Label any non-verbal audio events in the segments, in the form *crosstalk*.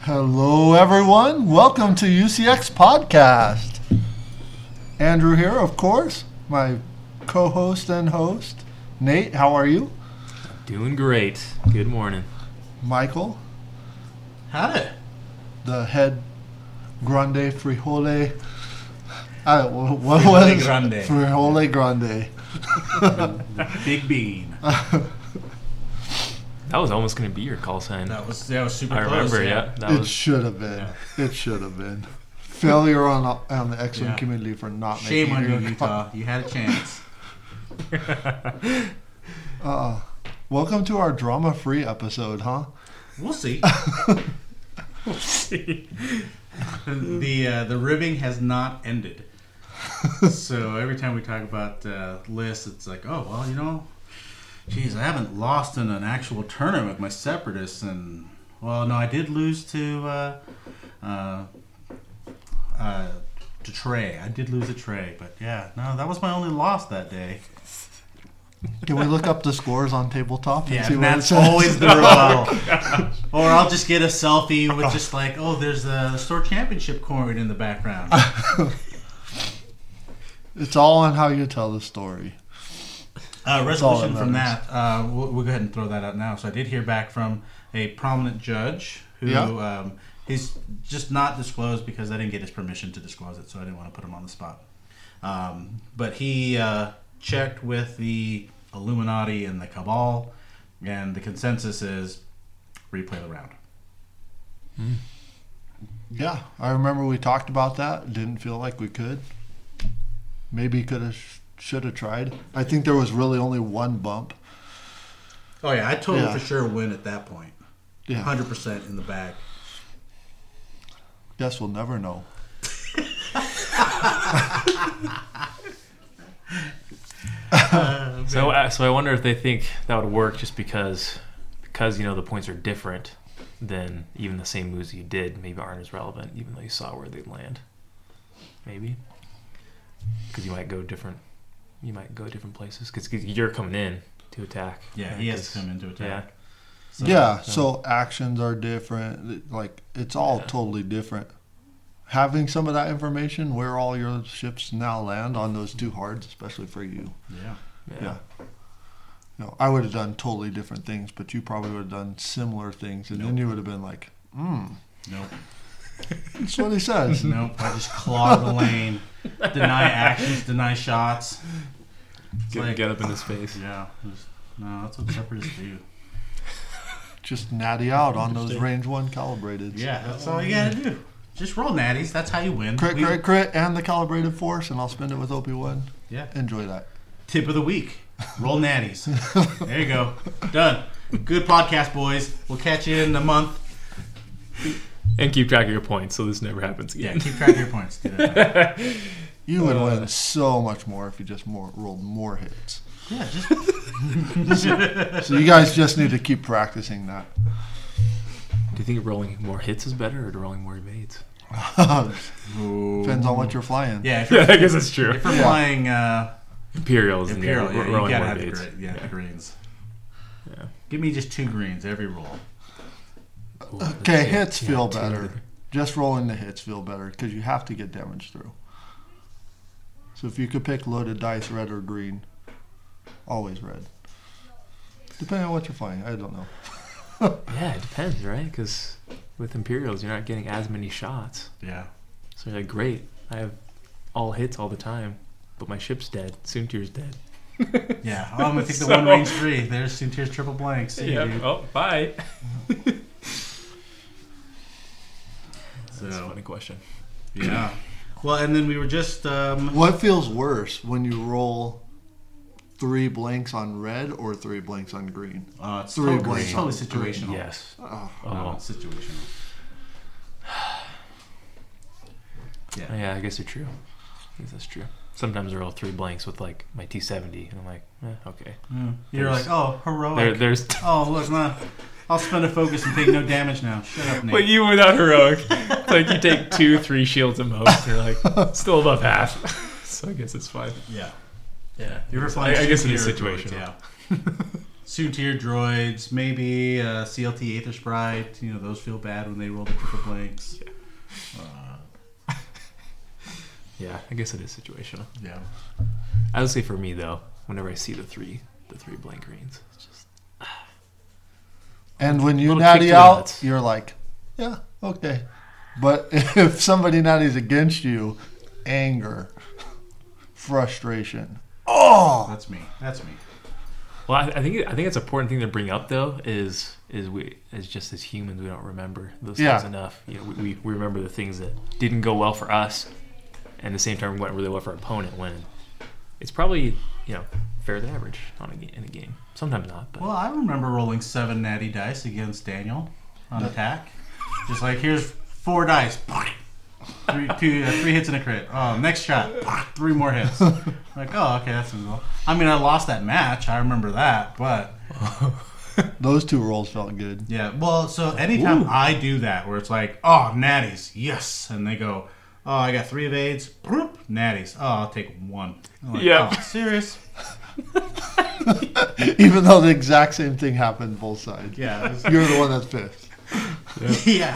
Hello, everyone. Welcome to UCX Podcast. Andrew here, of course, my co host and host. Nate, how are you? Doing great. Good morning. Michael, Howdy. the head grande frijole. I, wha- what was it? grande. Frijole grande. Big Bean. *laughs* That was almost going to be your call sign. That was that was super I close. remember, yeah. That it was should have been. It should have been. Failure on, on the X Wing Yeah. community for not Shame on making you, your Utah. You had a chance. Uh, welcome to our drama free episode, huh? *laughs* We'll see. *laughs* the uh, the ribbing has not ended. So every time we talk about uh, lists, it's like, oh well, you know, geez, I haven't lost in an actual tournament with my separatists, and well, no, I did lose to uh, uh, uh, to Trey. I did lose to Trey, but yeah, no, that was my only loss that day. Can we look up the scores on tabletop and Yeah, see and what it that's says? always the Oh, rebuttal. or I'll just get a selfie with just like, oh, there's a store championship coin in *laughs* the background. *laughs* It's all on how you tell the story. Uh, all that resolution from matters. that, uh, we'll, we'll go ahead and throw that out now. So I did hear back from a prominent judge who Yeah. um, he's just not disclosed because I didn't get his permission to disclose it, so I didn't want to put him on the spot. Um, but he uh, checked with the Illuminati and the Cabal, and the consensus is replay the round. Yeah, I remember we talked about that. Didn't feel like we could. Maybe could have, should have tried. I think there was really only one bump. Oh yeah, I told Yeah. for sure win at that point. Yeah. Hundred percent in the bag. Guess we'll never know. so. I so I wonder if they think that would work just because, because you know the points are different than even the same moves you did maybe aren't as relevant even though you saw where they'd land. Maybe because you might go different. You might go different places because you're coming in to attack. Yeah, right? he has 'Cause- to come into attack. So- yeah, so actions are different. Like, it's all Yeah. totally different. Having some of that information, where all your ships now land on those two hards, especially for you. Yeah. Yeah. Yeah. No, I would have done totally different things, but you probably would have done similar things, and then you would have been like, "Hmm, Nope. *laughs* that's what he says." Nope. I just clog the lane, deny actions, deny shots. It's Get, like- get up in *sighs* his face. Yeah. just- no, that's what separatists do. Just natty out on those range one calibrated. Yeah, that's all you gotta do. Just roll natties. That's how you win. Crit, We- crit, crit, and the calibrated force, and I'll spend it with OP one. Yeah. Enjoy that. Tip of the week. Roll natties. there you go. Done. Good podcast, boys. We'll catch you in a month. And keep track of your points so this never happens Yeah, again. keep track of *laughs* your points. Do that. You would Uh, win so much more if you just more rolled more *laughs* hits. Yeah, just So you guys just need to keep practicing that. *laughs* Do you think rolling more hits is better or rolling more evades? Depends on what you're flying. *laughs* Yeah, if you're, *laughs* Yeah, I guess that's true. if you're Yeah. flying uh, Imperials. and Imperial, yeah, yeah, ro- you rolling gotta more have the, evades. gre- yeah, the greens. Yeah. Give me just two greens every roll. Ooh, let's Okay, see. hits Yeah, feel two. better. Just rolling the hits feel better because you have to get damage through. So if you could pick loaded dice, red or green, always red. Depending on what you're flying, I don't know. Yeah, it depends, right? Because with Imperials, you're not getting as many shots. *laughs* Yeah. So you're like, great, I have all hits all the time, but my ship's dead. Soontir's dead. Yeah. Oh, I'm gonna take the So- one range three. There's some tears triple blanks. See you, dude. Oh, bye. That's a So funny question. yeah. Well, and then we were just um, What feels worse when you roll three blanks on red or three blanks on green? uh, it's Three totally, blanks. totally situational. Yes. Oh, No, Oh. it's situational. Oh, yeah, I guess you're true. I guess that's true. Sometimes I roll three blanks with like my T70, and I'm like, eh, okay. Yeah. You're There's- like, oh, There, heroic. there's. Oh, look, nah. I'll spend a focus and take no damage now. Shut up, Nate. But even without heroic, it's like you take two, three shields at most. You're *laughs* like still above half, so I guess it's fine. yeah. Yeah, You ever I, flying? I guess it ship is here, *laughs* situational. Yeah. Soon tier droids, maybe uh, CLT Aether Sprite. You know, those feel bad when they roll the triple blanks. Uh, Yeah, I guess it is situational. yeah. I would say for me though, whenever I see the three, the three blank greens, it's just And when you Little kick to natty the out, nuts. you're like, yeah, okay. But *laughs* if somebody natties against you, anger, *laughs* frustration. Oh, That's me. That's me. Well, I, I think I think it's an important thing to bring up though is is we is just as humans we don't remember those Yeah. things enough. You know, we, we, we remember the things that didn't go well for us, and at the same time went really well for our opponent when it's probably you know fair than average on a, ga- in a game. Sometimes not, but Well, I remember rolling seven natty dice against Daniel on attack. Just like here's four dice, *laughs* three, two, uh, three hits and a crit. Oh, next shot, three *laughs* more hits. Like, oh, okay, that's reasonable. I mean, I lost that match. I remember that, but those two rolls felt good. yeah. Well, so anytime I do that, where it's like, oh, natties, yes, and they go, oh, I got three evades, bloop, natties. Oh, I'll take one. I'm like, Yeah. "Oh, serious. Even though the exact same thing happened both sides. *laughs* Yeah. it was- You're the one that's pissed. yeah.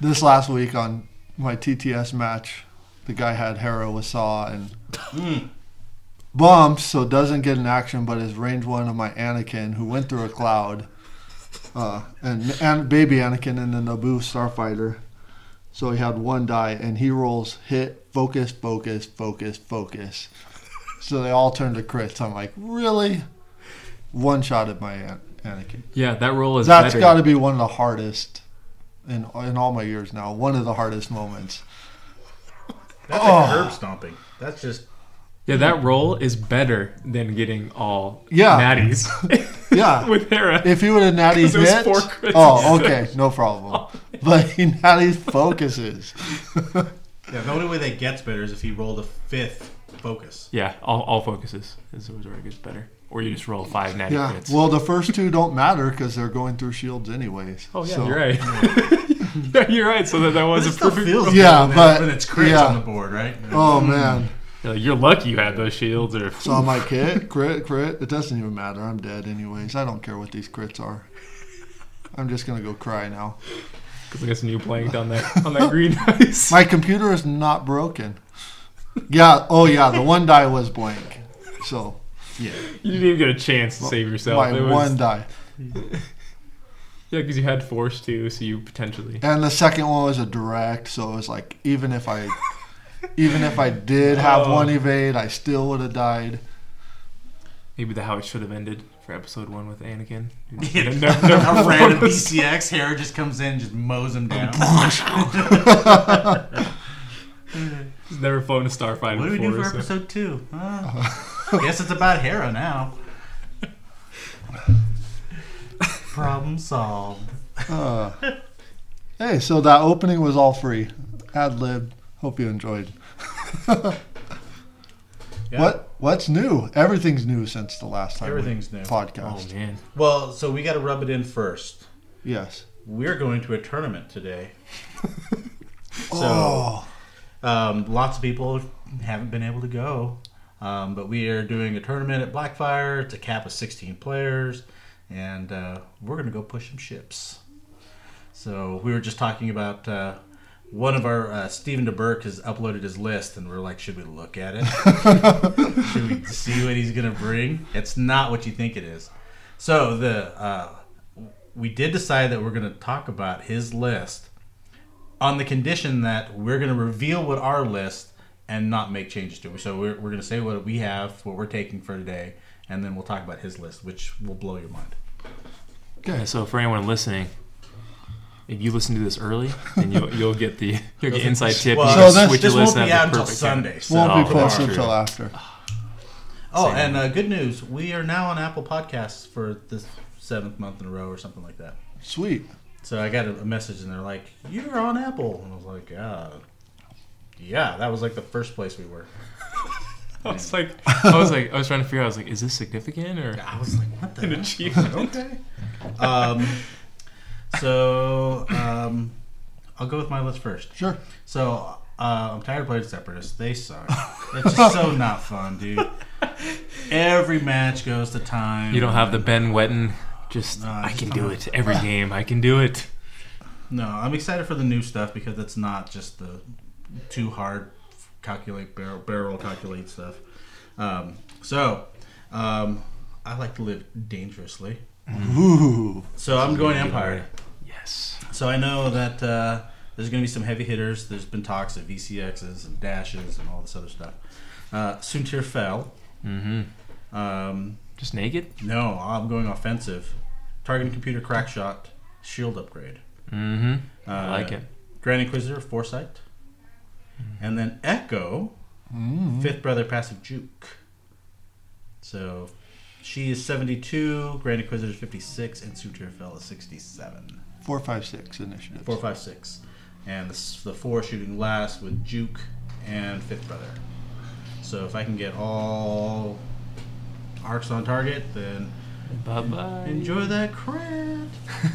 This last week on my TTS match, the guy had Hera with Saw and bumps, so doesn't get an action, but is range one of my Anakin, who went through a cloud, uh, and, and baby Anakin and the Naboo starfighter. So he had one die, and he rolls hit, focus, focus, focus, focus. So they all turned to crits. I'm like, really? One shot at my An- Anakin. yeah, that role is That's better. got to be one of the hardest in in all my years now. One of the hardest moments. That's Oh. like herb stomping. That's just yeah, that role is better than getting all Yeah. natties *laughs* Yeah. with Hera. If he would have natty Because it was hit, four crits *laughs* oh, instead okay, no *laughs* problem. But he natty *laughs* focuses. Yeah, the only way that gets better is if he rolled a fifth focus. yeah, all, all focuses is always where it gets better. Or you just roll five natty yeah. crits. Well, the first two don't matter because they're going through shields anyways. oh yeah, So- you're right. *laughs* yeah, you're right. So that that was a It still perfect. feels good Yeah, when it- but- when it's crits yeah. on the board, right? Oh man. You're, like, "You're lucky you had those shields, or *laughs* So I'm like, hit, crit, crit. It doesn't even matter. I'm dead anyways. I don't care what these crits are. I'm just gonna go cry now. Because I guess when you playing on that *laughs* on that green ice. *laughs* My computer is not broken. Yeah. Oh yeah. The one die was blank. So Yeah. you didn't even get a chance to save yourself. my it was, one die. Yeah, because you had force too, so you potentially. And the second one was a direct, so it was like even if I even if I did have Oh. one evade, I still would have died. Maybe the how it should have ended for episode one with Anakin. *laughs* Yeah. *laughs* No, no, no. *laughs* A random BCX hair just comes in, just mows him *laughs* down. He's never flown a starfighter what do we before. do for uh, so- episode two? Huh? *laughs* guess it's about Hera now. Problem solved. Uh, hey, so that opening was all free. Ad lib. Hope you enjoyed. Yeah. What what's new? Everything's new since the last time. we Everything's new. Podcast. Oh man, Well, so we got to rub it in first. Yes. We're going to a tournament today. so, *laughs* oh. Um, lots of people haven't been able to go, um, but we are doing a tournament at Blackfire. It's a cap of 16 players, and uh, we're going to go push some ships. So we were just talking about uh, one of our uh, Stephen DeBerk has uploaded his list, and we're like, should we look at it? should we see what he's going to bring? It's not what you think it is. So the uh, we did decide that we're going to talk about his list on the condition that we're going to reveal what our list and not make changes to it. So we're, we're going to say what we have, what we're taking for today, and then we'll talk about his list, which will blow your mind. Okay. Yeah, so for anyone listening, if you listen to this early, then you'll you'll get the you'll get inside tip. Well, you So this- can switch this your list and won't be have out the until perfect Sunday, game. so- Won't be Oh, posted true. until after. Oh, Same. and uh, good news we are now on Apple Podcasts for the seventh month in a row or something like that. Sweet. So I got a, a message, and they're like, You're on Apple. And I was like, uh, Yeah, that was like the first place we were. I was like, I was like, I was trying to figure. out, I was like, is this significant or I was like, What the an heck? achievement? *laughs* okay. Um, so um, I'll go with my list first. Sure. So uh, I'm tired of playing Separatists. They suck. It's just so not fun, dude. Every match goes to time. You don't have the Ben Wetton. Just No, I I just can don't do have- it *laughs* every game. I can do it. No, I'm excited for the new stuff because it's not just the too hard calculate barrel, barrel calculate stuff. Um, so, um, I like to live dangerously. Ooh. So I'm going Empire. Yes. So I know that uh, there's going to be some heavy hitters. There's been talks of VCXs and dashes and all this other stuff. Uh, Suntir fell. Mm-hmm. Um, Just naked. no, I'm going offensive. Targeting computer crack shot, shield upgrade. Mm-hmm. Uh, I like it. Hmm. Grand Inquisitor, Foresight. And then Echo, Mm. Fifth Brother, Passive Juke. So she is 72, Grand Inquisitor is 56, and Suture Fell is 67. Four, five, six initiatives. Four, five, six. And the, s- the four shooting last with Juke and Fifth Brother. So if I can get all arcs on target, then Bye bye. enjoy that crit.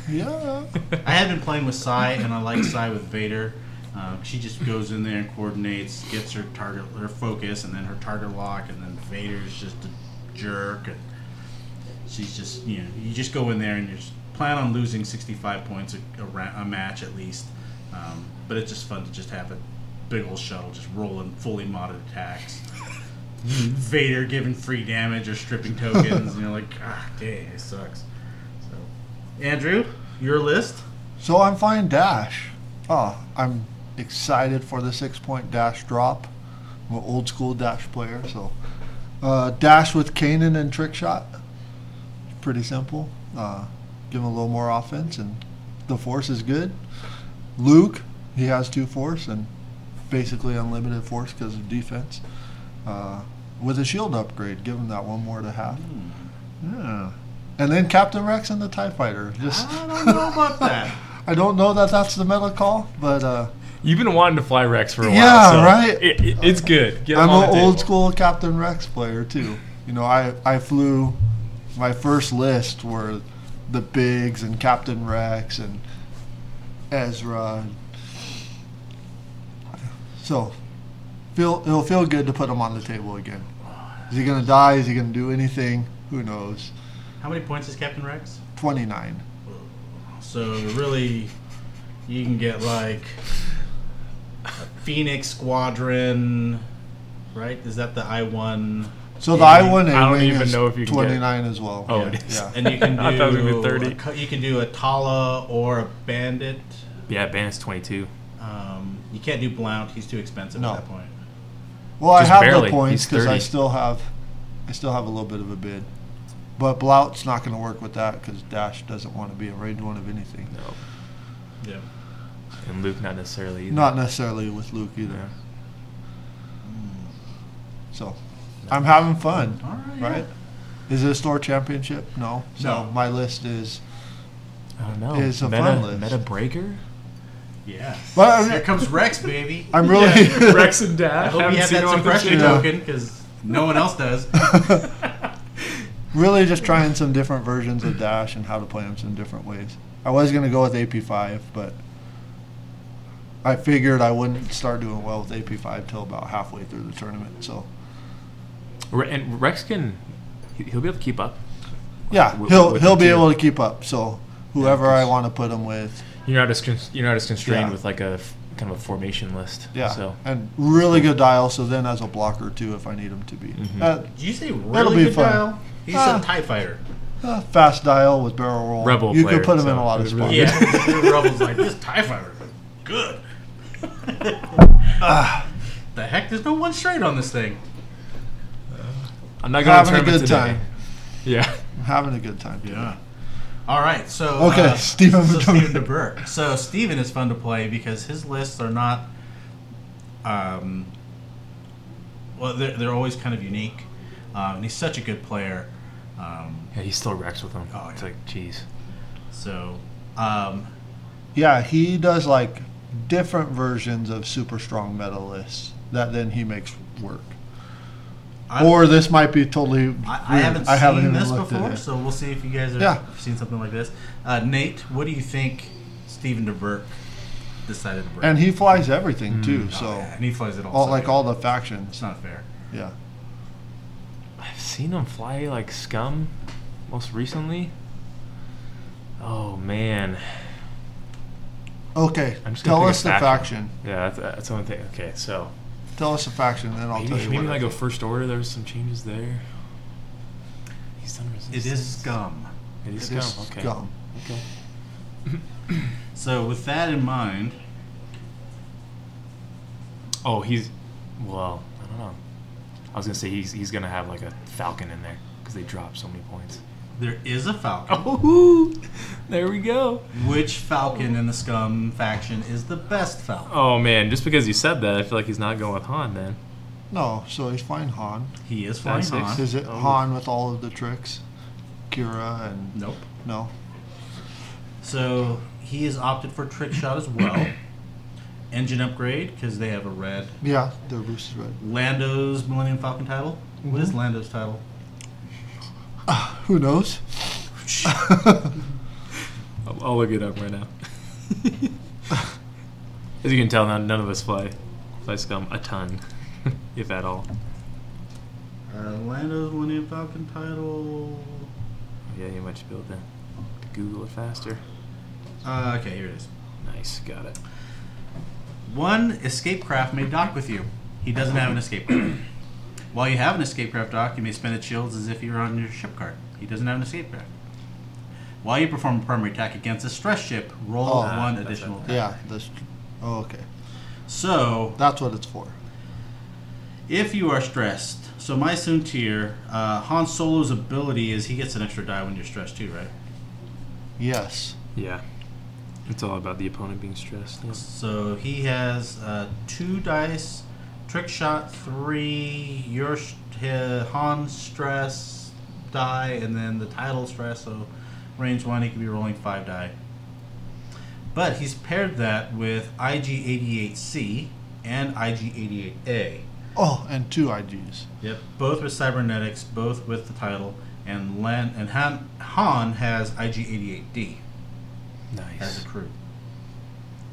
Yeah. I have been playing with Sai, and I like Sai with Vader. Um, she just goes in there and coordinates, gets her target, her focus, and then her target lock, and then Vader's just a jerk, and she's just you know you just go in there and you just plan on losing 65 points a, a, ra- a match at least, um, but it's just fun to just have a big old shuttle just rolling fully modded attacks. Vader giving free damage or stripping tokens, and you're like, ah, dang, it sucks. So, Andrew, your list. So I'm fine dash. Ah, I'm excited for the six point dash drop. I'm an old school dash player, so uh, dash with Kanan and trick shot. Pretty simple. Uh, give him a little more offense, and the force is good. Luke, he has two force and basically unlimited force because of defense. Uh, with a shield upgrade, give him that one more to have. Hmm. Yeah. And then Captain Rex and the Tie Fighter. Just I don't know about that. I don't know that that's the meta call, but uh, You've been wanting to fly Rex for a while. Yeah, so right? It, it- it's good. Get 'em I'm on an the old table. school Captain Rex player too. You know, I, I flew my first list were the Bigs and Captain Rex and Ezra. So feel it'll feel good to put him on the table again. Is he gonna die? Is he gonna do anything? Who knows? *laughs* How many points is Captain Rex? Twenty nine. So really, you can get like a Phoenix Squadron, right? Is that the I one? So the Yeah, I one I A don't wing even is know if you can get it. twenty nine as well. Oh, yeah. it is. yeah. And you can *laughs* do I thought it was gonna be 30. a co- you can do a Tala or a Bandit. Yeah, Bandit's 22. Um, you can't do Blount; he's too expensive No. at that point. Well, I Just have barely. the points He's because I 30. still have, I still have a little bit of a bid, but Blout's not going to work with that because Dash doesn't want to be a range one of anything. No. Yeah. And Luke, not necessarily either. Not necessarily with Luke either. Yeah. So, I'm having fun, All right. right? Is it a store championship? No. So No. my list is. I don't know. It's a meta, fun list. Meta breaker? Yeah. But I'm- Here comes Rex, baby. I'm really. *laughs* Rex and Dad. I hope you have that suppression table. token because no one *laughs* else does. *laughs* really just trying some different versions of Dash and how to play them some different ways. I was going to go with AP5, but I figured I wouldn't start doing well with AP5 till about halfway through the tournament. So, And Rex can, he- he'll be able to keep up. yeah, With- he'll with he'll the be two. able to keep up. So, whoever I 'cause- want to put him with, You're not as con- you're not as constrained Yeah. with like a f- kind of a formation list. yeah, So and really good dial. So then as a blocker too, if I need him to be. Mhm. Uh, Did you say That'll really be good fun. dial? He's Ah. a TIE fighter. uh, fast dial with barrel roll. Rebel you player, could put him in so a lot it of was really spots. *laughs* good. *laughs* Yeah. Rebel's like, this TIE fighter is good. *laughs* Ah, the heck? There's no one straight on this thing. I'm not going to Having a tournament good today. time. *laughs* Yeah. I'm having a good time. today. All right, so Okay, uh, Stephen so Deburr. Stephen DeBurr. So Stephen is fun to play because his lists are not, um, well, they're, they're always kind of unique, um, and he's such a good player. Um, Yeah, he still Rex with him. Oh, It's yeah. like, jeez. so, um, Yeah, he does like different versions of super strong meta lists that then he makes work. I'm- or this might be totally. I, I weird. haven't I haven't seen even this looked before, at it. so we'll see if you guys have Yeah. seen something like this. Uh, Nate, what do you think Stephen DeBurk decided to bring? And he flies Mm. everything too, Oh, so yeah, and he flies it all. all like second. all the It's factions. not fair. Yeah. I've seen him fly like scum most recently. Oh man. Okay, I'm just gonna tell pick a us the faction. faction. Yeah, that's, that's the only thing. Okay, so Tell us the faction, then I'll tell maybe, you. maybe what I like a think. first order. There's some changes there. He's done It resistance. is scum. It is It scum. is okay. scum. Okay. So with that in mind, Oh, he's well. I don't know. I was gonna say he's he's gonna have like a falcon in there because they dropped so many points. there is a falcon. Oh, *laughs* there we go. Which falcon in the scum faction is the best falcon? Oh man, just because you said that, I feel like he's not going with Han then. No, so he's flying Han. He is flying That's Han. six. Is it Oh. Han with all of the tricks? Kira and Nope. no. So he has opted for trick shot *clears throat* as well. Engine upgrade because they have a red. Yeah, the Bruce is red. *sighs* Lando's Millennium Falcon title. What is Lando's title? Who knows? I'll, I'll look it up right now. *laughs* As you can tell, none, none of us fly fly scum a ton, *laughs* if at all. Uh, Lando's Millennium Falcon title. Yeah, you might just be able to Google it faster. Uh, okay, here it is. Nice, got it. One escape craft may dock with you. He doesn't have an escape *coughs* craft. While you have an escape craft dock, you may spend its shields as if you're on your ship card. He doesn't have an escape craft. While you perform a primary attack against a stress ship, roll Oh, one that's additional right. attack. Yeah, that's. Oh, okay. So, That's what it's for. if you are stressed, so my soon tier, uh, Han Solo's ability is he gets an extra die when you're stressed too, right? Yes. Yeah, it's all about the opponent being stressed. yeah. So he has uh, two dice, trick shot three, your sh- hi- Han stress die, and then the title stress. So range one, he can be rolling five die. But he's paired that with IG88C and IG88A. Oh, and two IGs. Yep. Both with cybernetics, both with the title, and Len and Han, Han has IG88D as Nice. a crew.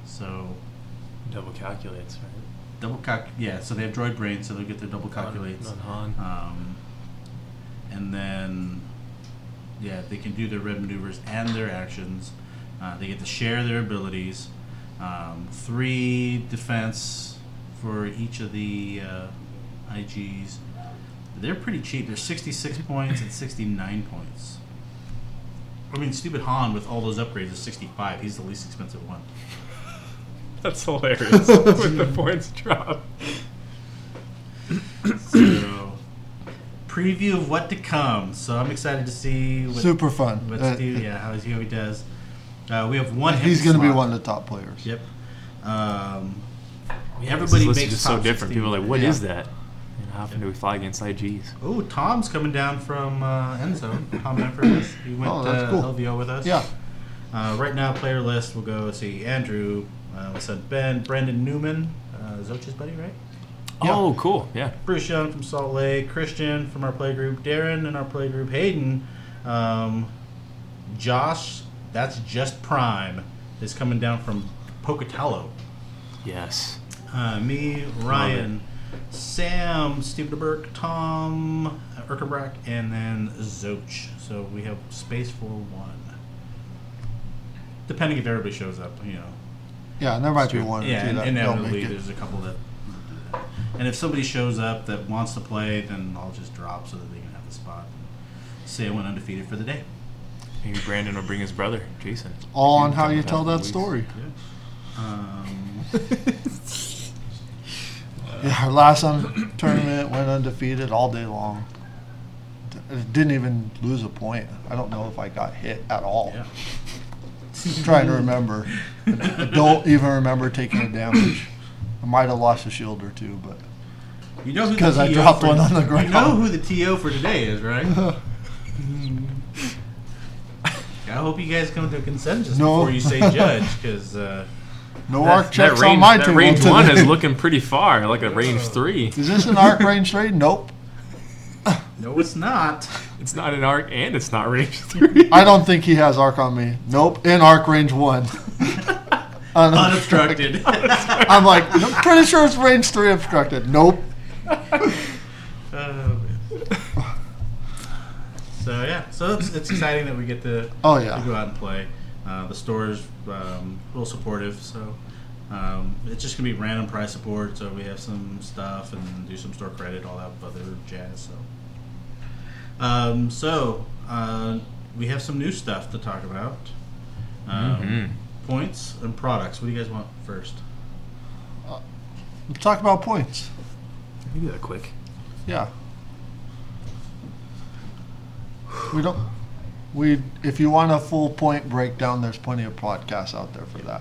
So Double calculates, right? Double calc, yeah. So they have droid brain, so they'll get their double calculates. On, on Han. Um, and then, yeah, they can do their red maneuvers and their actions. Uh, they get to share their abilities. Um, three defense for each of the uh, IGs. They're pretty cheap. They're 66 points and 69 points. I mean, stupid Han with all those upgrades is 65. He's the least expensive one. That's hilarious. *laughs* when the points drop. So, preview of what to come. So I'm excited to see what, Super fun. what Uh, Steve, yeah, how he how he does. Uh, we have one. He's empty going to be slot. one of the top players. Yep. Um, Everybody everybody this makes is top so different. 16. People are like, what is Yeah. that? And how often do we fly against IGs? Oh, Tom's coming down from uh, Enzo. *coughs* Tom Memphis. He went Oh, that's uh, cool. LVO with us. Yeah. Uh, right now, player list. We'll go see Andrew. Uh, we said Ben, Brandon Newman, uh, Zoch's buddy, right? Yeah. Oh, cool. Yeah. Bruce Young from Salt Lake, Christian from our playgroup, Darren in our playgroup, Hayden, um, Josh, that's just Prime, is coming down from Pocatello. Yes. Uh, me, Ryan, Sam, Steve DeBerk, Tom Erkenbrack, and then Zoch. So we have space for one. Depending if everybody shows up, you know. Yeah, and there might be one or Yeah, two and that don't inevitably make it. there's a couple that. And if somebody shows up that wants to play, then I'll just drop so that they can have the spot. And say I went undefeated for the day. Maybe Brandon will bring his brother, Jason. All on He's how coming you down tell from that Louis. story. Um, Yeah, our last un- tournament went undefeated all day long. D- Didn't even lose a point. I don't know if I got hit at all. yeah. Trying to remember. I don't even remember taking a damage. I might have lost a shield or two, but *laughs* You know who the 'Cause I TO dropped for- one on the You ground. know who the TO for today *laughs* is, right? *laughs* I hope you guys come to a consensus No. before *laughs* you say judge, because uh, no That, arc that checks range, on my that table range today. *laughs* one is looking pretty far, like a range three. Is this an arc range trade? Nope. no, *laughs* it's not. It's not an arc and it's not range *laughs* three. I don't think he has arc on me. Nope. In arc range one. *laughs* Unobstructed. *laughs* Unobstructed. I'm like, I'm pretty sure it's range three obstructed. Nope. Oh, man. *laughs* So yeah, so it's, it's exciting that we get to, Oh, to yeah. go out and play. Uh, the store is um, real supportive, so um, it's just gonna be random price support. So we have some stuff and do some store credit, all that other jazz. So, um, so uh, we have some new stuff to talk about. Um, Mm-hmm. Points and products. What do you guys want first? Uh, Let's talk about points. You do that quick. Yeah. We don't. We if you want a full point breakdown, there's plenty of podcasts out there for that,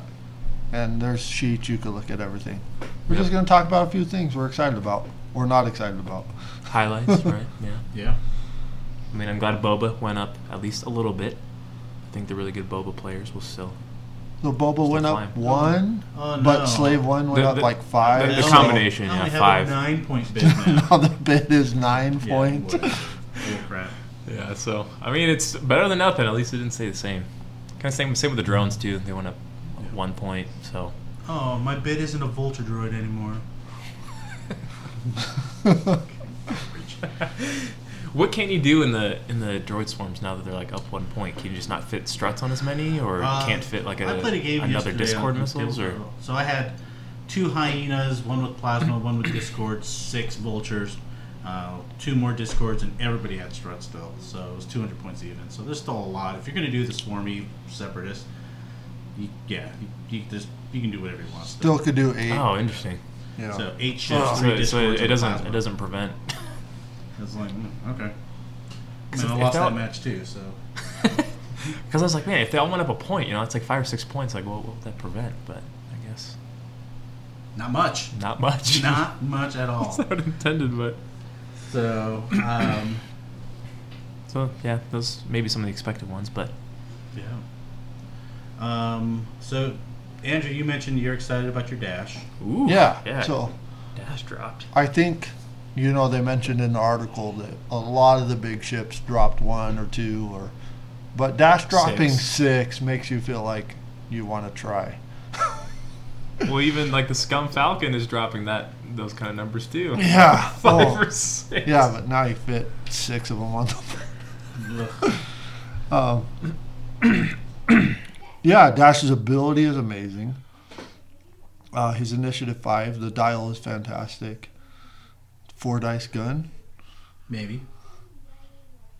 and there's sheets you can look at everything. We're just going to talk about a few things we're excited about or not excited about. Highlights, right? Yeah. Yeah. I mean, I'm glad Boba went up at least a little bit. I think the really good Boba players will still. So Boba went up fine. one, Oh, but no. Slave One went The- up the- like five. the- the so- *laughs* combination, I yeah, only have five. a nine point bid now. now the bid is nine Yeah, points. boy. *laughs* Holy crap. Yeah, so I mean, it's better than nothing. At least it didn't stay the same. Kind of same same with the drones too. They went up one point. So *laughs* Oh, my bid isn't a Vulture droid anymore. what can you do in the in the droid swarms now that they're like up one point? Can you just not fit struts on as many, or Uh, can't fit like a, I played a game another yesterday Discord on missiles or Discord. So I had two hyenas, one *clears throat* with plasma, one with discord, six vultures, uh, two more discords, and everybody had strut still. So it was 200 points even. So there's still a lot. If you're gonna do the swarmy separatist, you, yeah, you, you just you can do whatever you want. *laughs* Still could do eight. oh, interesting. Yeah. So eight shifts, Oh, So- three so, discords. and it a doesn't plasma. it doesn't prevent. *laughs* It's like mm, okay. I 'Cause if- mean, I if lost that that- match too. So Because I was like, man, if they all went up a point, you know, it's like five or six points. Like, well, what would that prevent? But I guess not much. not much. Not much at all. *laughs* it's not intended, but So, um, so yeah, those maybe some of the expected ones, but yeah. Um, so, Andrew, you mentioned you're excited about your dash. ooh, yeah. So dash dropped. I think, you know, they mentioned in the article that a lot of the big ships dropped one or two, or but Dash dropping Six. six, makes you feel like you want to try. Well, even like the Scum Falcon is dropping that those kind of numbers too. *laughs* Yeah. *laughs* Five oh, or six. yeah, but now you fit six of them on the. Ugh. Um, *clears throat* yeah, Dash's ability is amazing. Uh, his initiative five, the dial is fantastic. Four dice gun. Maybe.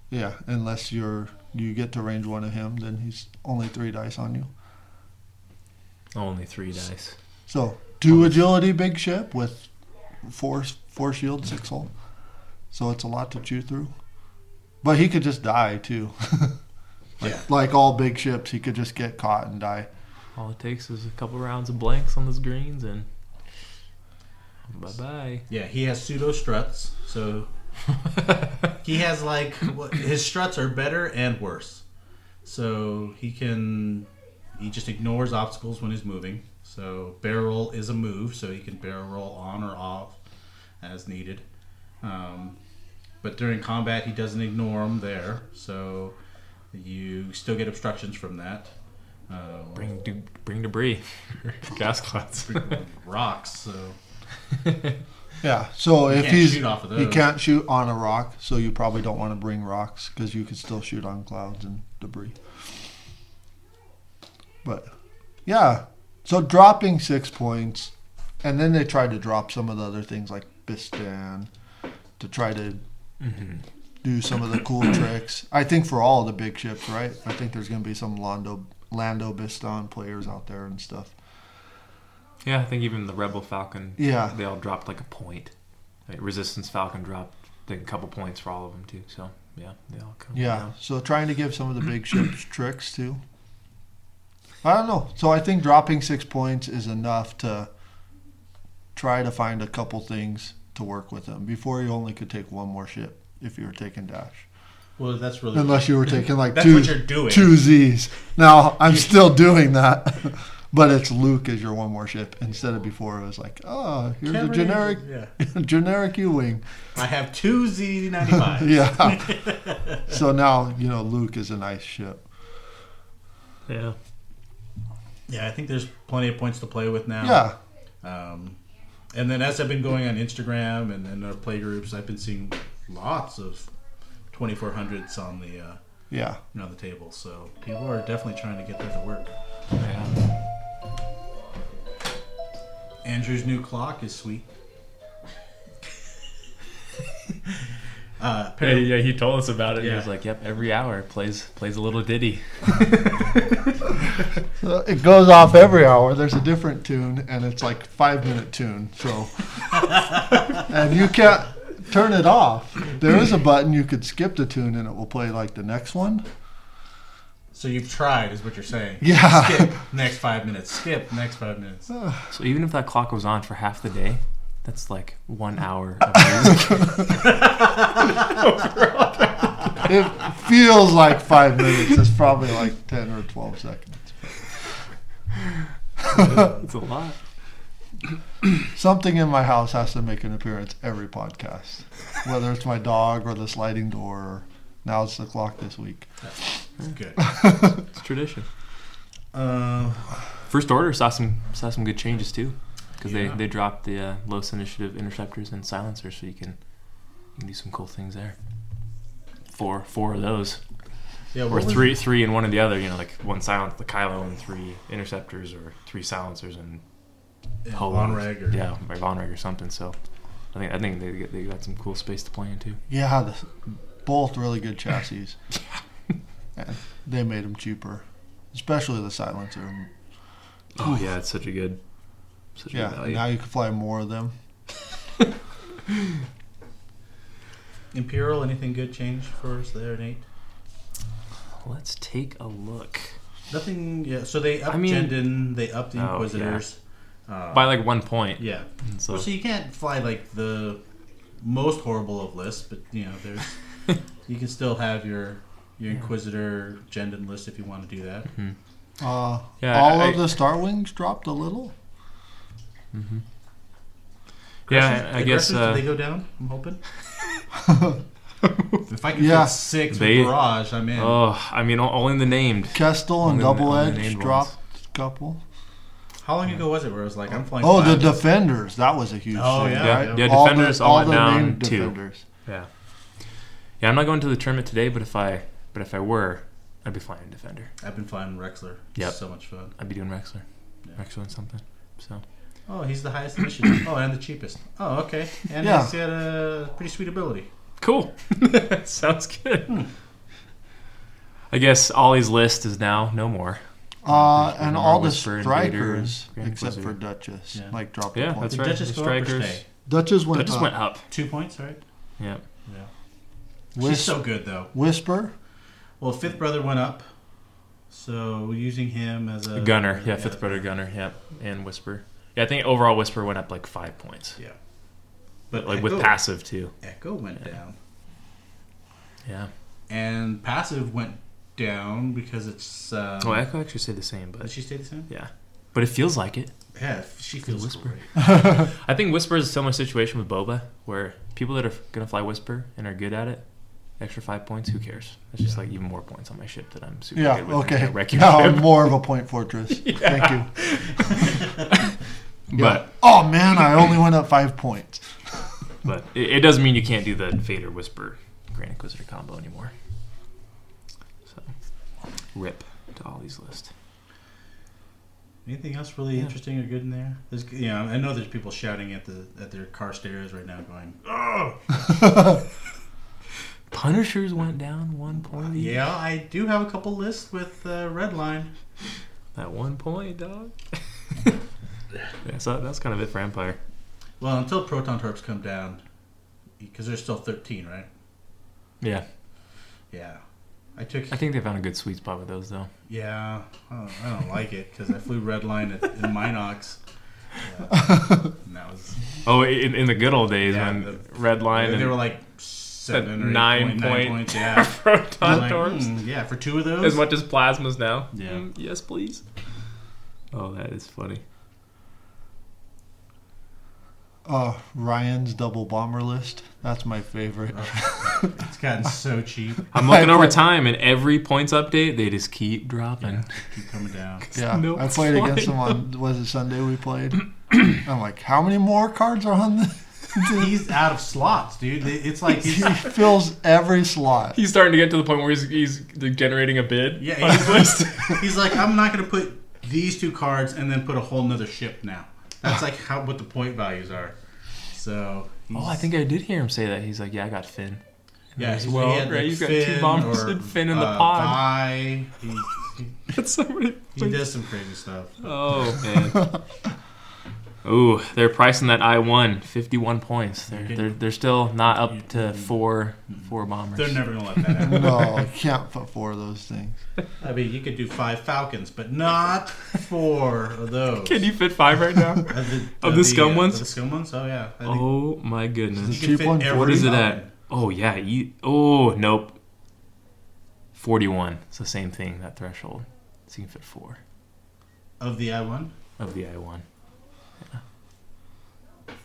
Yeah, unless you're you get to range one of him, then he's only three dice on you. Only three dice. So two agility big ship with four four shield, six hull. So it's a lot to chew through. But he could just die too. *laughs* like, Yeah. like all big ships, he could just get caught and die. All it takes is a couple rounds of blanks on those greens and bye bye. Yeah, he has pseudo struts. So, he has like, what, his struts are better and worse. So, he can, he just ignores obstacles when he's moving. So, barrel roll is a move, so he can barrel roll on or off as needed. Um, but during combat, he doesn't ignore them there, so you still get obstructions from that. Uh, Bring de- bring debris, *laughs* gas clouds. rocks, so Yeah. So Oh, if can't he's shoot off of he those. can't shoot on a rock, so you probably don't want to bring rocks because you can still shoot on clouds and debris. But yeah, so dropping six points, and then they tried to drop some of the other things like Bistan to try to Mm-hmm. do some of the cool *coughs* tricks. I think for all the big ships, right? I think there's going to be some Lando Lando Bistan players out there and stuff. yeah, I think even the Rebel Falcon. Yeah. they all dropped like a point. I mean, Resistance Falcon dropped I think, a couple points for all of them too. So yeah, they all come. Yeah. So trying to give some of the big *clears throat* ships tricks too. I don't know. So I think dropping six points is enough to try to find a couple things to work with them. Before you only could take one more ship if you were taking dash, well, that's really unless you were taking like that's two what you're doing. two Z's. Now I'm still doing that, *laughs* but it's Luke as your one more ship instead of before it was like oh here's Can't a really- generic Yeah, *laughs* generic U wing. *laughs* I have two Z ninety *laughs* five. Yeah. so now you know Luke is a nice ship. yeah. Yeah, I think there's plenty of points to play with now. Yeah, Um, and then as I've been going on Instagram and, and our play groups, I've been seeing lots of 2400s on the uh, Yeah. you know, on the table. So people are definitely trying to get that to work. Yeah. Andrew's new clock is sweet. uh, Yeah, apparently- yeah, he told us about it. He Yeah. was like, "Yep, every hour plays plays a little ditty." So it goes off every hour. There's a different tune, and it's like five minute tune. So, and you can't turn it off. There is a button you could skip the tune, and it will play like the next one. So you've tried, is what you're saying. Yeah. Skip next five minutes. Skip next five minutes. So even if that clock was on for half the day, that's like one hour *laughs* of music. It feels like five minutes. It's probably like ten or twelve seconds. it's a lot. Something in my house has to make an appearance every podcast, whether it's my dog or the sliding door. Or now it's the clock this week. It's *laughs* good. It's tradition. Uh, First order saw some saw some good changes too, because Yeah. they they dropped the uh, Los Initiative interceptors and silencers, so you can you can do some cool things there. Four four of those, yeah, or what was- three three and one and the other. You know, like one silence the Kylo and three interceptors, or three silencers and yeah, Polos. Von Reg or yeah, by Von Reg or something. So I think I think they get, they got some cool space to play in too. Yeah, the, both really good *laughs* chassis. And they made them cheaper, especially the silencer. Oh yeah, it's such a good such a good Yeah, value. now you can fly more of them. Imperial. Anything good change for us there, Nate? Let's take a look. Nothing. Yeah. So they upped I mean- Jendon. They upped the Oh, Inquisitors. Uh, By like one point. yeah. and So Well, so you can't fly like the most horrible of lists, but you know, there's *laughs* you can still have your your Inquisitor Jendon list if you want to do that. Uh, Yeah, all I- of the Star Wings dropped a little. yeah, Aggressors- I, I guess aggressors, uh, did they go down. *laughs* I'm hoping. if I can Yeah. get six They- with barrage, I'm in. Oh, I mean, o- only the named. Kestel and Only the- only Double the Edge named dropped a couple. How long ago was it? Where I was like, I'm flying. Oh, the five. Defenders. That was a huge Oh, thing, yeah. right? Yeah, yeah, All the- defenders all, went the down named two. Defenders. Yeah. Yeah, I'm not going to the tournament today, but if I but if I were, I'd be flying defender. I've been flying Rexler. Yeah, Yep. so much fun. I'd be doing Rexler, Yeah. Rexler and something. So Oh, he's the highest *clears throat* initiative. Oh, and the cheapest. Oh, okay. And Yeah. he's got a pretty sweet ability. cool. *laughs* Sounds good. I guess Ollie's list is now no more. Uh, There's and Rumor, all the Whisper, Invader, and strikers, Grand except for Inquisitor. Duchess, Yeah. like dropped Yeah, a point. that's Did right. Duchess the go up or strikers. stay? Duchess went uh, That just up. went up. Two points, right? Yeah. Yeah. Whis- She's so good though. *laughs* Whisper. Well, fifth brother went up, so we're using him as a Gunner. Yeah, fifth brother Gunner. Yep. And Whisper. Yeah, I think overall Whisper went up like five points. Yeah, But but like Echo, with passive too. Echo went down, Yeah. and passive went down because it's. Um, Oh, Echo actually stayed the same, but Did she stay the same? yeah. But it feels like it. Yeah, f- she feels Whisper. great. I think Whisper is a similar situation with Boba, where people that are gonna fly Whisper and are good at it, extra five points. Who cares? It's just like even more points on my ship that I'm super Yeah, good with. and *laughs* okay. can't wreck your Now I'm ship. more of a point *laughs* fortress. Thank you. But oh man, I only went up five points. but it, it doesn't mean you can't do the Vader Whisper Grand Inquisitor combo anymore. So, rip to Ollie's list. Anything else really Yeah. interesting or good in there? There's, you know, I know there's people shouting at the at their car stairs right now, going, "Oh, Punishers went down one point. yeah, I do have a couple lists with uh, red line." that one point, *laughs* dog. yeah, so that's kind of it for Empire. Well, until proton torps come down, because there's still 13, right? Yeah, Yeah, I took. I think they found a good sweet spot with those though. Yeah, I don't, I don't like it because I flew red line at, in Minox. Yeah. And that was. Oh, in, in the good old days Yeah, when the- Red Line They and *laughs* were like seven or eight nine point- point- *laughs* points. Yeah. I'm proton like, torps, "Hmm, yeah, for two of those. as much as plasmas now. Yeah. Mm, yes, please. Oh, that is *laughs* funny. Uh, Ryan's double bomber list. That's my favorite. It's gotten so cheap. I'm looking I over played- time, and every points update, they just keep dropping. *laughs* Keep coming down. Yeah, No, I played it's *clears throat* against him on was it Sunday we played. I'm like, how many more cards are on this? he's out of slots, dude. It's like he's, he fills every *laughs* slot. He's starting to get to the point where he's, he's generating a bid. yeah, on his list. he's, he's like I'm not gonna put these two cards and then put a whole nother ship now. That's like how what the point values are. So he's, Oh, I think I did hear him say that. He's like, yeah, I got *laughs* Finn. yeah, he's, well, he had, right, like, he's got two Finn bombers or, and Finn in the uh, pod. Vi. He, he, That's so many. he does some crazy stuff. Oh man, *laughs* Ooh, they're pricing that I one 51 points. They're, Okay. they're they're still not up to four four bombers. They're never gonna let that happen. No, I can't put four of those things. I mean, you could do five Falcons, but not four of those. can you fit five *laughs* right now? Of the, the scum uh, ones? Of the scum ones? Oh, yeah. I think Oh my you goodness. could cheap fit one, every what What is it Falcon. at? Oh yeah, you, oh nope. 41. It's the same thing that threshold. So you can fit four Of the I-1? of the I one. They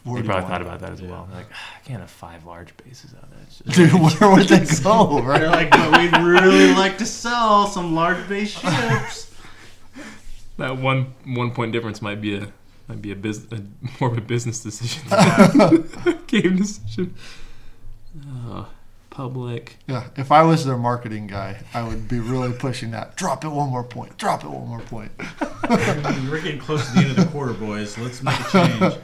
41. probably thought about that as well. They're like, "Ah, I can't have five large bases out there. It's just- *laughs* Dude, *laughs* where would they *laughs* go, They're right? like, but we'd really like to sell some large base ships. That one one point difference might be a might be a, bus a *laughs* more of a *laughs* business decision than *laughs* a game decision. Oh, public. Yeah, if I was their marketing guy, I would be really pushing that. Drop it one more point. Drop it one more point. *laughs* We're getting close to the end of the quarter, boys. Let's make a change.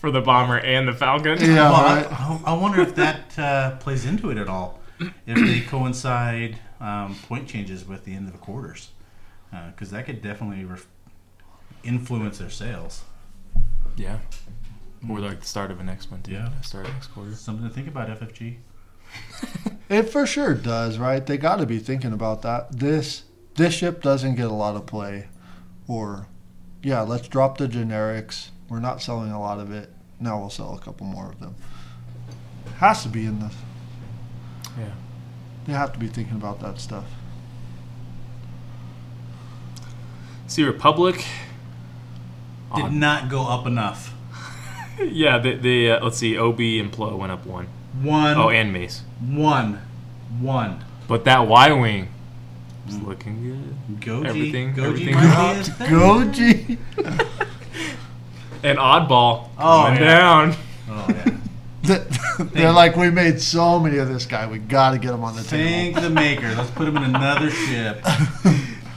for the bomber and the falcon. *laughs* Yeah, Well, right. I, I wonder if that uh, plays into it at all. If they coincide um, point changes with the end of the quarters, because that could definitely ref influence their sales. Yeah. Or like the start of an next one too. Yeah. Start of next quarter. Something to think about, FFG. It for sure does, right? They got to be thinking about that. This this ship doesn't get a lot of play, or yeah, let's drop the generics. We're not selling a lot of it. Now we'll sell a couple more of them. Has to be in the. Yeah. They have to be thinking about that stuff. See Republic. Did Um, Odd. not go up enough. Yeah, they, they uh, let's see. Ob and Plo went up one. One, Oh, and Mace. one, one. But that Y wing is Mm. looking Goji, Everything- Goji everything might be a thing. Goji. *laughs* good. And Oddball Oh, coming yeah. down. Oh, yeah. They're like, we made so many of this guy. We got to get him on the Thank table. the maker. Let's put him in another ship. *laughs*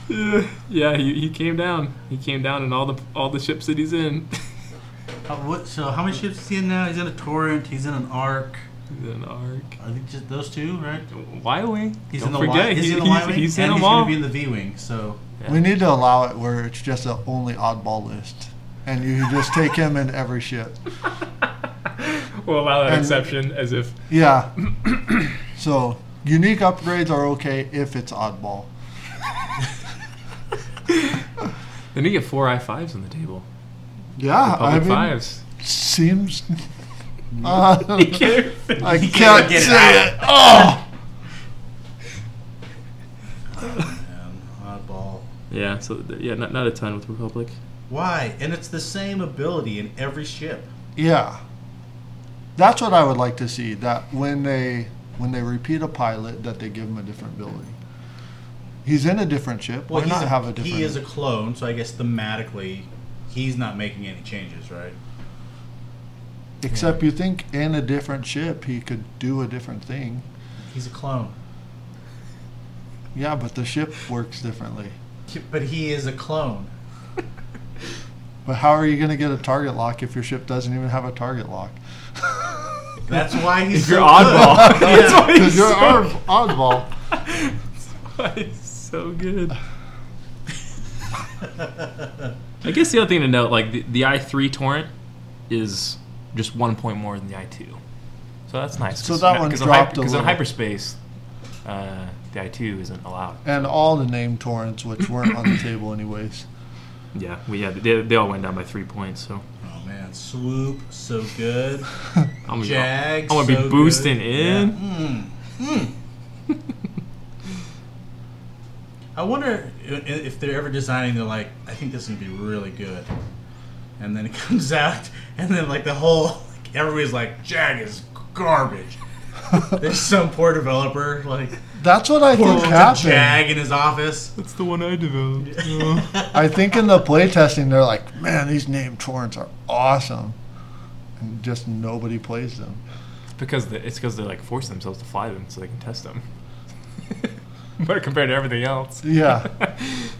*laughs* yeah, he, he came down. He came down in all the all the ships that he's in. *laughs* Uh, what, so how many ships is he in now? He's in a torrent. He's in an arc. He's in an arc. I think just those two, right? Y wing. He's Don't in the forget, Y. He's, he's- in the he's- Y wing, he's in and them he's going all. to be in the V wing. So We need to allow it where it's just a only oddball list, and you just take him in every ship. We'll allow that And- exception as if Yeah. *coughs* so unique upgrades are okay if it's oddball. they need to get four I fives on the table. Ah, Yeah, I Public mean, *laughs* fives. seems. *laughs* Uh, I can't get it say out. it. Oh, man, um, oddball. Yeah. So th- yeah, not not a ton with *laughs* Republic. Why? And it's the same ability in every ship. yeah. That's what I would like to see. That when they when they repeat a pilot, that they give him a different ability. He's in a different ship. Why he's not a, have a different? He is a clone, so I guess thematically, he's not making any changes, right? except you think in a different ship he could do a different thing. He's a clone. Yeah, but the ship works differently. But he is a clone. But how are you going to get a target lock if your ship doesn't even have a target lock? That's why he's If you're so *laughs* oddball, good. *laughs* that's why Because he's you're so, odd- oddball. why he's *laughs* so good. *laughs* I guess the other thing to note, like the, the i three torrent, is just one point more than the i two, so that's nice. So that one one's dropped a because in little. hyperspace, uh, the I two isn't allowed. And all the name torrents, which weren't on the table anyways. *laughs* Yeah, we yeah they, they all went down by three points. So Oh man, swoop so good. I'm Jag, I'm gonna be so good. boosting in. Yeah. Mm. Mm. *laughs* I wonder i- i- if they're ever designing. They're like, I think this is gonna be really good, and then it *laughs* comes out, and then like the whole like, everybody's like, Jag is *laughs* garbage. There's some poor developer like That's what I poor think little happened. Jag in his *laughs* office. That's the one I *laughs* developed. Oh. I think in the playtesting, they're like, man, these name torrents are awesome. and just nobody plays them. It's because the, it's because they like force themselves to fly them so they can test *laughs* them. but compared to everything else, Yeah.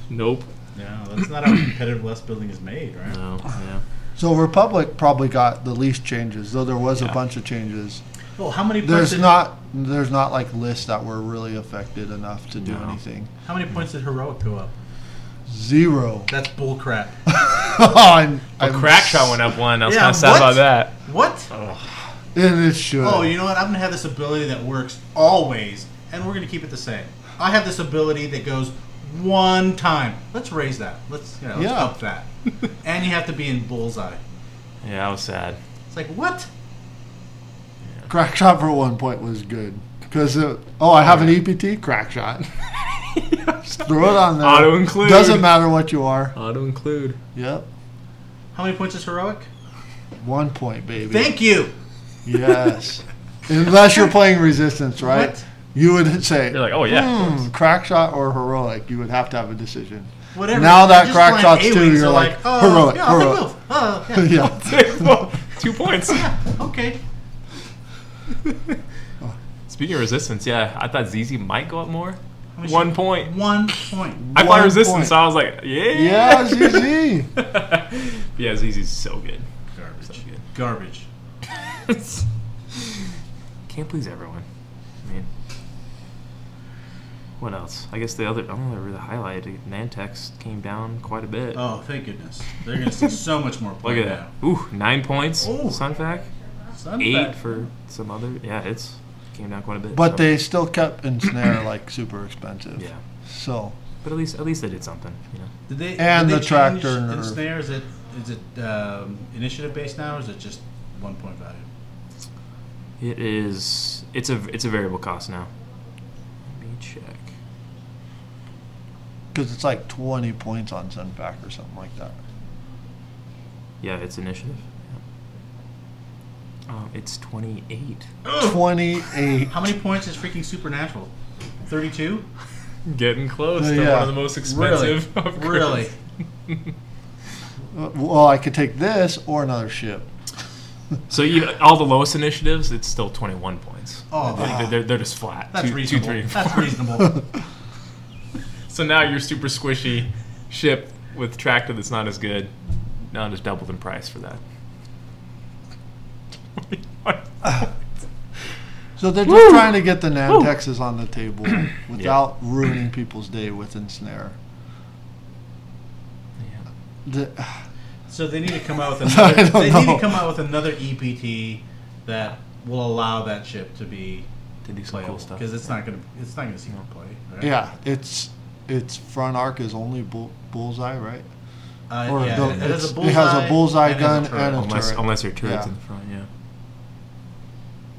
nope. No, that's not how competitive West Building is made, right? Oh, No, yeah. So Republic probably got the least changes, though there was Yeah. a bunch of changes. Well, how many points? There's Did, not there's not like lists that were really affected enough to do No. anything. How many points did Heroic go up? Zero. That's bullcrap. *laughs* I'm, A Oh, I'm crack shot went up one. I was Yeah, kind of sad what? about that. what? And it should. Oh, you know what? I'm gonna have this ability that works always, and we're gonna keep it the same. I have this ability that goes one time. Let's raise that. Let's you know, let's Yeah. up *laughs* that. and you have to be in bullseye. Yeah, I was sad. It's like what? Crack shot for one point was good because oh, I have an EPT crack *laughs* shot. Throw it on there. Auto-include. Doesn't matter what you are. Auto include. Yep. How many points is heroic? One point, baby. Thank you. *laughs* yes. Unless you're playing resistance, right? What? You would say You're like, oh yeah. "Hmm, crack shot or heroic. You would have to have a decision. Whatever. Now that You're just crack playing shots A-Wings, too, you're so like, "Oh, heroic, yeah, I'll take heroic. both. Oh, yeah. *laughs* yeah. *laughs* Two points. Okay. Speaking of resistance, yeah, I thought ZZ might go up more. How much- One point. One point. *laughs* I One fought resistance, point. so I was like, yeah. Yeah, *laughs* ZZ. yeah, ZZ's so good. So Garbage. good. Garbage. *laughs* Can't please everyone. I mean, what else? I guess the other, I don't know, really highlighted. Nantex came down quite a bit. Oh, thank goodness. They're gonna see so much more play Look at now. that. Ooh, nine points. Ooh. Sunfac. Sun Eight fact. for some other. Yeah, it's came down quite a bit. so- But they still kept Ensnare like super expensive. Yeah, So but at least at least they did something. You know. Did they, And did the they tractor change nerve. in snare? Is it is it um, initiative based now, or is it just one point value? It is. It's a it's a variable cost now. Let me check. because it's like 20 points on Sunback or something like that. Yeah, it's initiative. Yeah. Um, it's twenty eight. 28. How many points is freaking supernatural? Thirty-two. Getting close to Yeah. one of the most expensive of Oh, Really? Christmas. Uh, Well, I could take this or another ship. *laughs* So you, all the lowest initiatives, it's still twenty one points. Oh, They're- they're, they're, they're just flat. that's Two- two, reasonable. three, and that's four. reasonable. *laughs* So now your super squishy ship with tractor that's not as good, now just doubled in price *laughs* for that. *laughs* So they're just trying to get the Namtexes on the table without ruining people's day with Ensnare. The, so they need to come *laughs* out with another. I don't they need know. to come out with another EPT that will allow that ship to be To do some playable cool stuff. because it's not gonna it's not gonna see more play. Right? yeah, it's it's front arc is only bull, bullseye, right? Uh, Or yeah, the- it, it's- has a it bullseye, has a bullseye and gun a turret. Oh and a- Unless, turret. unless your turret's Yeah. in the front, yeah.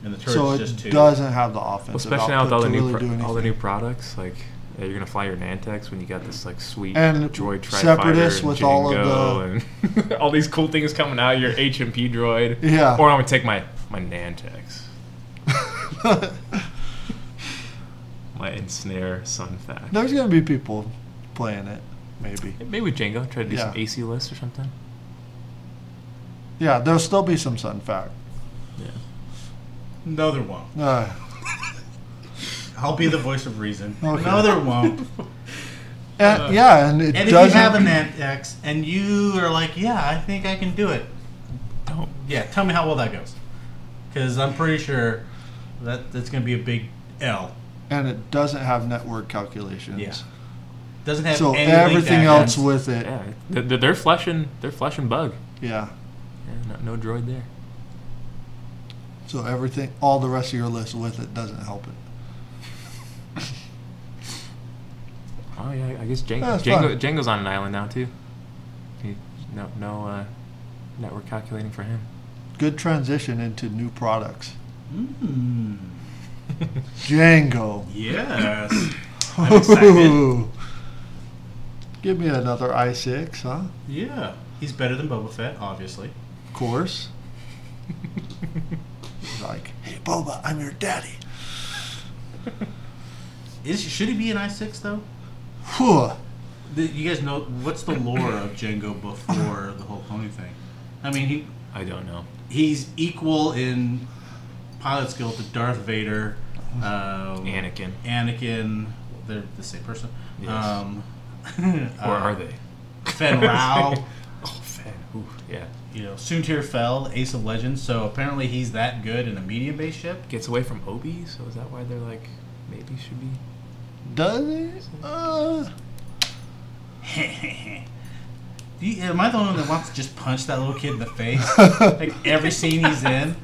and the turret's So it just two. doesn't have the Well, offensive especially now with output all the to new really do pro- all the anything. new products, like yeah, you're gonna fly your Nantex when you got this like sweet And droid tri Separatists and with all of Jingo and *laughs* all these cool things coming out. Your HMP droid, Yeah. Or I'm gonna take my my Nantex, my ensnare *laughs* Sunfac. There's gonna be people playing it, maybe. Maybe with Django, try to do some Yeah. AC list or something. Yeah, there'll still be some sun fact. Yeah. No, there won't. Uh, I'll be the voice of reason. Okay. No, there *laughs* won't. and- yeah, and it uh, And if doesn't. you have an X and you are like, yeah, I think I can do it. Don't. Yeah, tell me how well that goes, because I'm pretty sure that that's going to be a big L. and it doesn't have network calculations. Yeah. Doesn't have So anything everything that else happens. with it, Yeah, they're, they're- they're fleshing. They're fleshing bug. yeah. Yeah, no, no droid there. So everything, all the rest of your list with it doesn't help it. Oh yeah, I guess Django, Yeah, it's Django fun. Django's on an island now too. He, no, no uh, network calculating for *laughs* him. Good transition into new products. Mm, Django. *laughs* yes. I'm excited. Ooh. *laughs* Give me another i6, huh? yeah, he's better than Boba Fett, obviously. Of course. like, hey Boba, I'm your daddy. Is should he be an I six though? Whew. The, you guys know what's the lore of Django before the whole pony thing? I mean, he I don't know. he's equal in pilot skill to Darth Vader, um, Anakin. Anakin. They're the same person. Yes. Um, *laughs* Uh, Or are they? Fen *laughs* Rao. Oh, fan. Ooh, yeah. you know, Suntir Fell, Ace of Legends. So apparently he's that good in a medium based ship. *laughs* Gets away from Obi, so is that why they're like, maybe should be? Does it? Uh, Do you- am I the only one that wants to just punch that little kid in the face? *laughs* *laughs* like every scene he's in.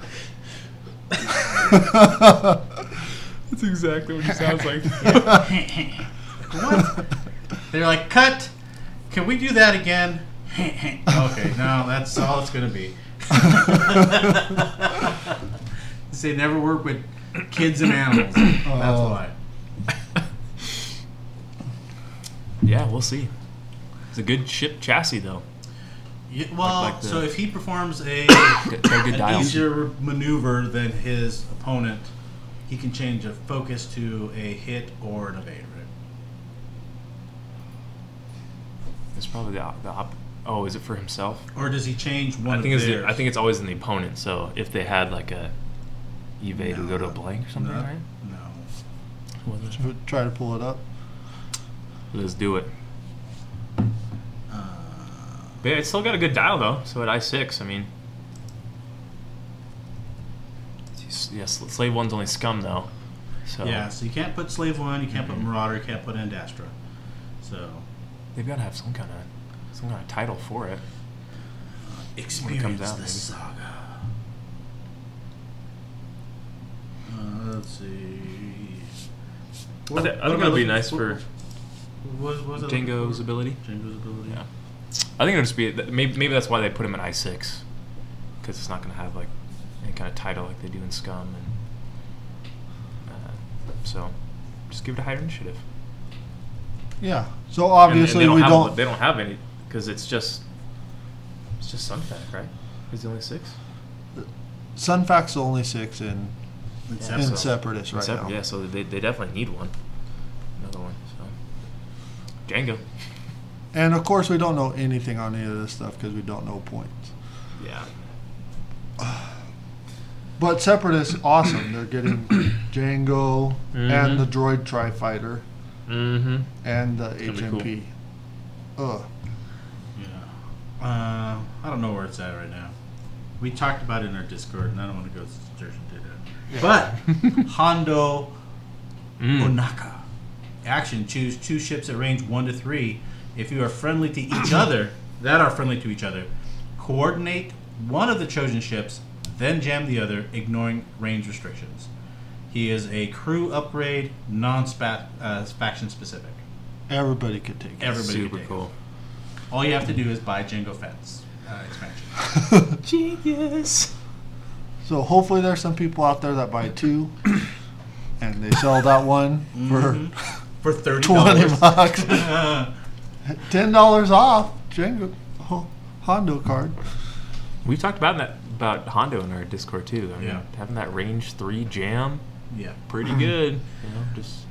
That's exactly what he sounds like. what? They're like, cut. Can we do that again? *laughs* okay, no, that's all it's gonna be. *laughs* they never work with kids and animals. That's Oh. why. *laughs* yeah, we'll see. It's a good ship chassis, though. Yeah, well, like the- so if he performs *coughs* a Got got *coughs* good an dials. easier maneuver than his opponent, he can change a focus to a hit or an evade. Right? It's probably the, op- the op- Oh, is it for himself? Or does he change one? I think of it's theirs? I think it's always in the opponent. So if they had like a evade, we go to a blank or something, no, right? no. Wasn't- *laughs* try to pull it up. Let's do it. Uh, But yeah, it's still got a good dial though. So at I six, I mean, yes, yeah, sl- slave one's only scum though. So Yeah, so you can't put Slave One, you can't put Mm-hmm. Marauder, you can't put Andastra. So They've got to have some kind of some kind of title for it. experience out, the maybe. saga. Uh, let's see. I, thi- I think it'll be nice for what, what was it? Dingo's ability. Django's ability. Yeah. I think it'll just be that- maybe maybe that's why they put him in I six because it's not going to have like any kind of title like they do in Scum and uh, so just give it a higher initiative. Yeah. So and- and obviously they don't we have, don't. They don't have any because it's just it's just Sunfac, right? Is the only six? Sunfact's the only six in And Yeah. Sep- in so- separatists right Except- now. Yeah, so they, they definitely need one, another one. So Django. And of course we don't know anything on any of this stuff because we don't know points. Yeah. But separatists, awesome. They're *coughs* getting Django and the droid tri fighter Mm-hmm. and the be HMP. Ugh. yeah. Uh, I don't know where it's at right now. We talked about it in our Discord, and I don't want to go search and do that. *laughs* But Hondo Mm. Onaka. Action: Choose two ships at range one to three. If you are friendly to *coughs* each other, that are friendly to each other, coordinate one of the chosen ships, then jam the other, ignoring range restrictions. He is a crew upgrade, non-faction specific. Everybody could take it. Everybody Super can take cool. it. All you have to do is buy Django Fence uh, expansion. *laughs* Genius. So hopefully there's some people out there that buy two and they sell that one for for thirty twenty *laughs* dollars. bucks. Ten dollars off Django Ho- Hondo card. We've talked about that about Hondo in our Discord too. I mean, Yeah. having that range three jam, *laughs* yeah, pretty good. You know, just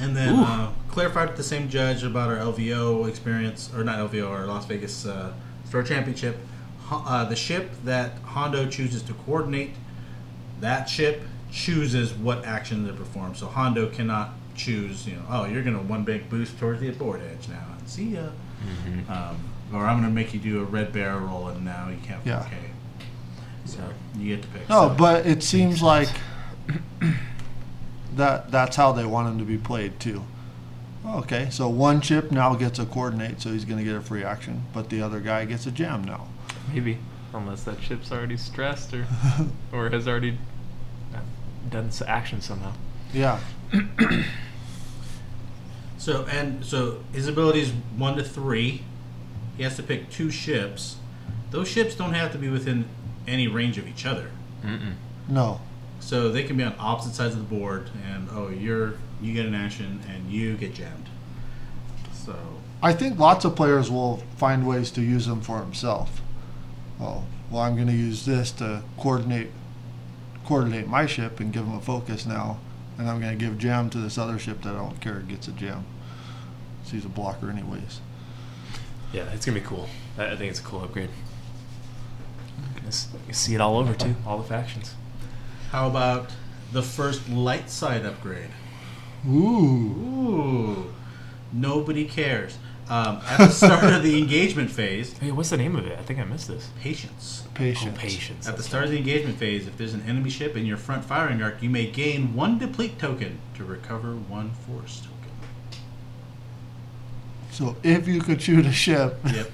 and then Ooh. uh, clarified with the same judge about our LVO experience, or not LVO, our Las Vegas uh, Store Championship. Ho- Uh, the ship that Hondo chooses to coordinate, that ship chooses what action to perform. So Hondo cannot choose. You know, oh, you're gonna one big boost towards the board edge now, and see ya. Mm-hmm. Um, or I'm gonna make you do a red barrel roll, and now you can't. Yeah. Okay. So Yeah. you get to pick. No, So- but it seems like that that's how they want him to be played too. Okay, so one chip now gets a coordinate, so he's going to get a free action, but the other guy gets a jam now. maybe unless that ship's already stressed or or has already uh, done s- action somehow. Yeah, So and so his ability is one to three. He has to pick two ships. Those ships don't have to be within any range of each other. Mm-mm. no, So they can be on opposite sides of the board and oh you're you get an action and you get jammed. So I think lots of players will find ways to use them for himself. Oh, well, I'm going to use this to coordinate coordinate my ship and give him a focus now, and I'm going to give jam to this other ship that I don't care gets a jam. 'Cause He's a blocker anyways. Yeah, it's gonna be cool. I, I think it's a cool upgrade. s- you see it all over too, all the factions. How about the first light side upgrade? Ooh. Ooh, nobody cares. Um, at the start *laughs* of the engagement phase, Hey, what's the name of it? I think I missed this. patience. Patience. Oh, patience. At the start of the engagement phase, if there's an enemy ship in your front firing arc, you may gain one deplete token to recover one force token. So if you could shoot a ship. *laughs* Yep.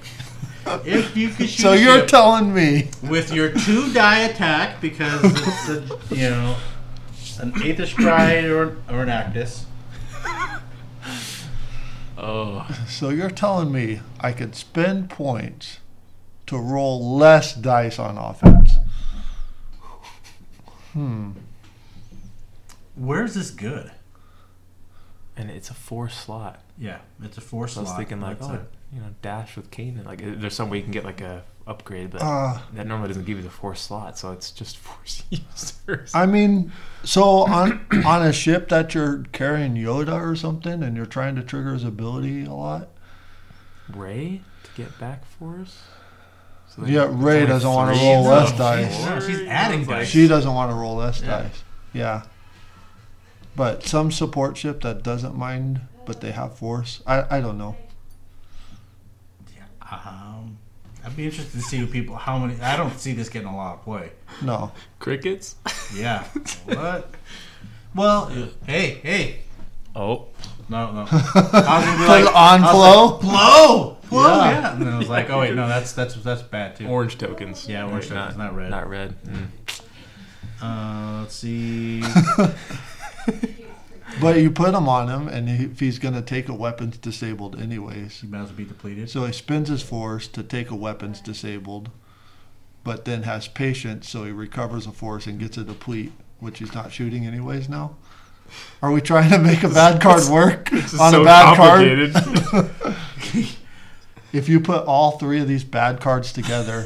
if *laughs* you could shoot So a you're ship telling me with your two die attack, because it's a, you know an Aethish Pride or, or an Actus. Oh, So you're telling me I could spend points to roll less dice on offense? Hmm. Where is this good? and it's a four slot. Yeah, it's a four So I was slot. thinking like, That's oh, a- you know, dash with Kanan. Like, uh, there's some way you can get like a upgrade, but Uh, that normally doesn't give you the four slot, so it's just *laughs* force users. I mean, so on *clears throat* on a ship that you're carrying Yoda or something, and you're trying to trigger his ability a lot. Ray to get back for us. So Yeah, it's Ray only doesn't wanna three. roll No, less she's- dice. No, she's adding dice. She doesn't want to roll less Yeah. dice. Yeah. But some support ship that doesn't mind, but they have force. I, I don't know. Um, I'd be interested to see who people. How many? I don't see this getting a lot of play. No. Crickets. *laughs* Yeah. what? Well, hey, hey. Oh, No, *laughs* no. I was gonna be like, Put it on I flow. was like, blow, blow. Yeah. Yeah. And then I was like, oh *laughs* wait, no, that's that's that's bad too. orange tokens. Yeah, orange Right, tokens, not red. Not red. Mm. Uh, let's *laughs* see. But you put him on him, and if he's going to take a weapons disabled anyways. You might as well be depleted. So he spends his force to take a weapons disabled, but then has patience, so he recovers a force and gets a deplete, which he's not shooting anyways now. Are we trying to *laughs* make a bad card work This is on so a bad card? *laughs* complicated. If you put all three of these bad cards *laughs* together,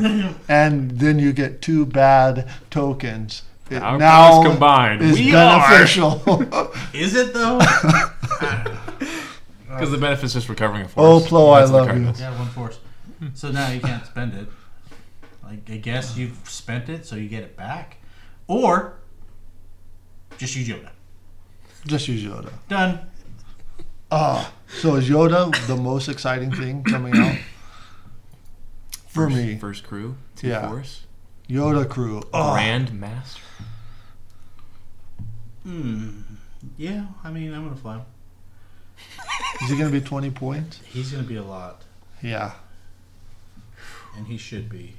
and then you get two bad tokens, it Our now powers combined, is we are- *laughs* beneficial. *laughs* Is it though? Because the benefit's just recovering a Oh, force. Plo, I That's the love card. you. *laughs* yeah, one force. So now you can't spend it. Like I guess you've spent it, so you get it back, or just use Yoda. *laughs* Just use Yoda. Done. Ah, so is Yoda the most exciting thing coming out? For me, First crew, two Yeah. force, Yoda crew. Oh, grand master. Hmm. Yeah, I mean, I'm gonna fly. him. is it going to be 20 points? He's gonna be a lot, Yeah. and he should be.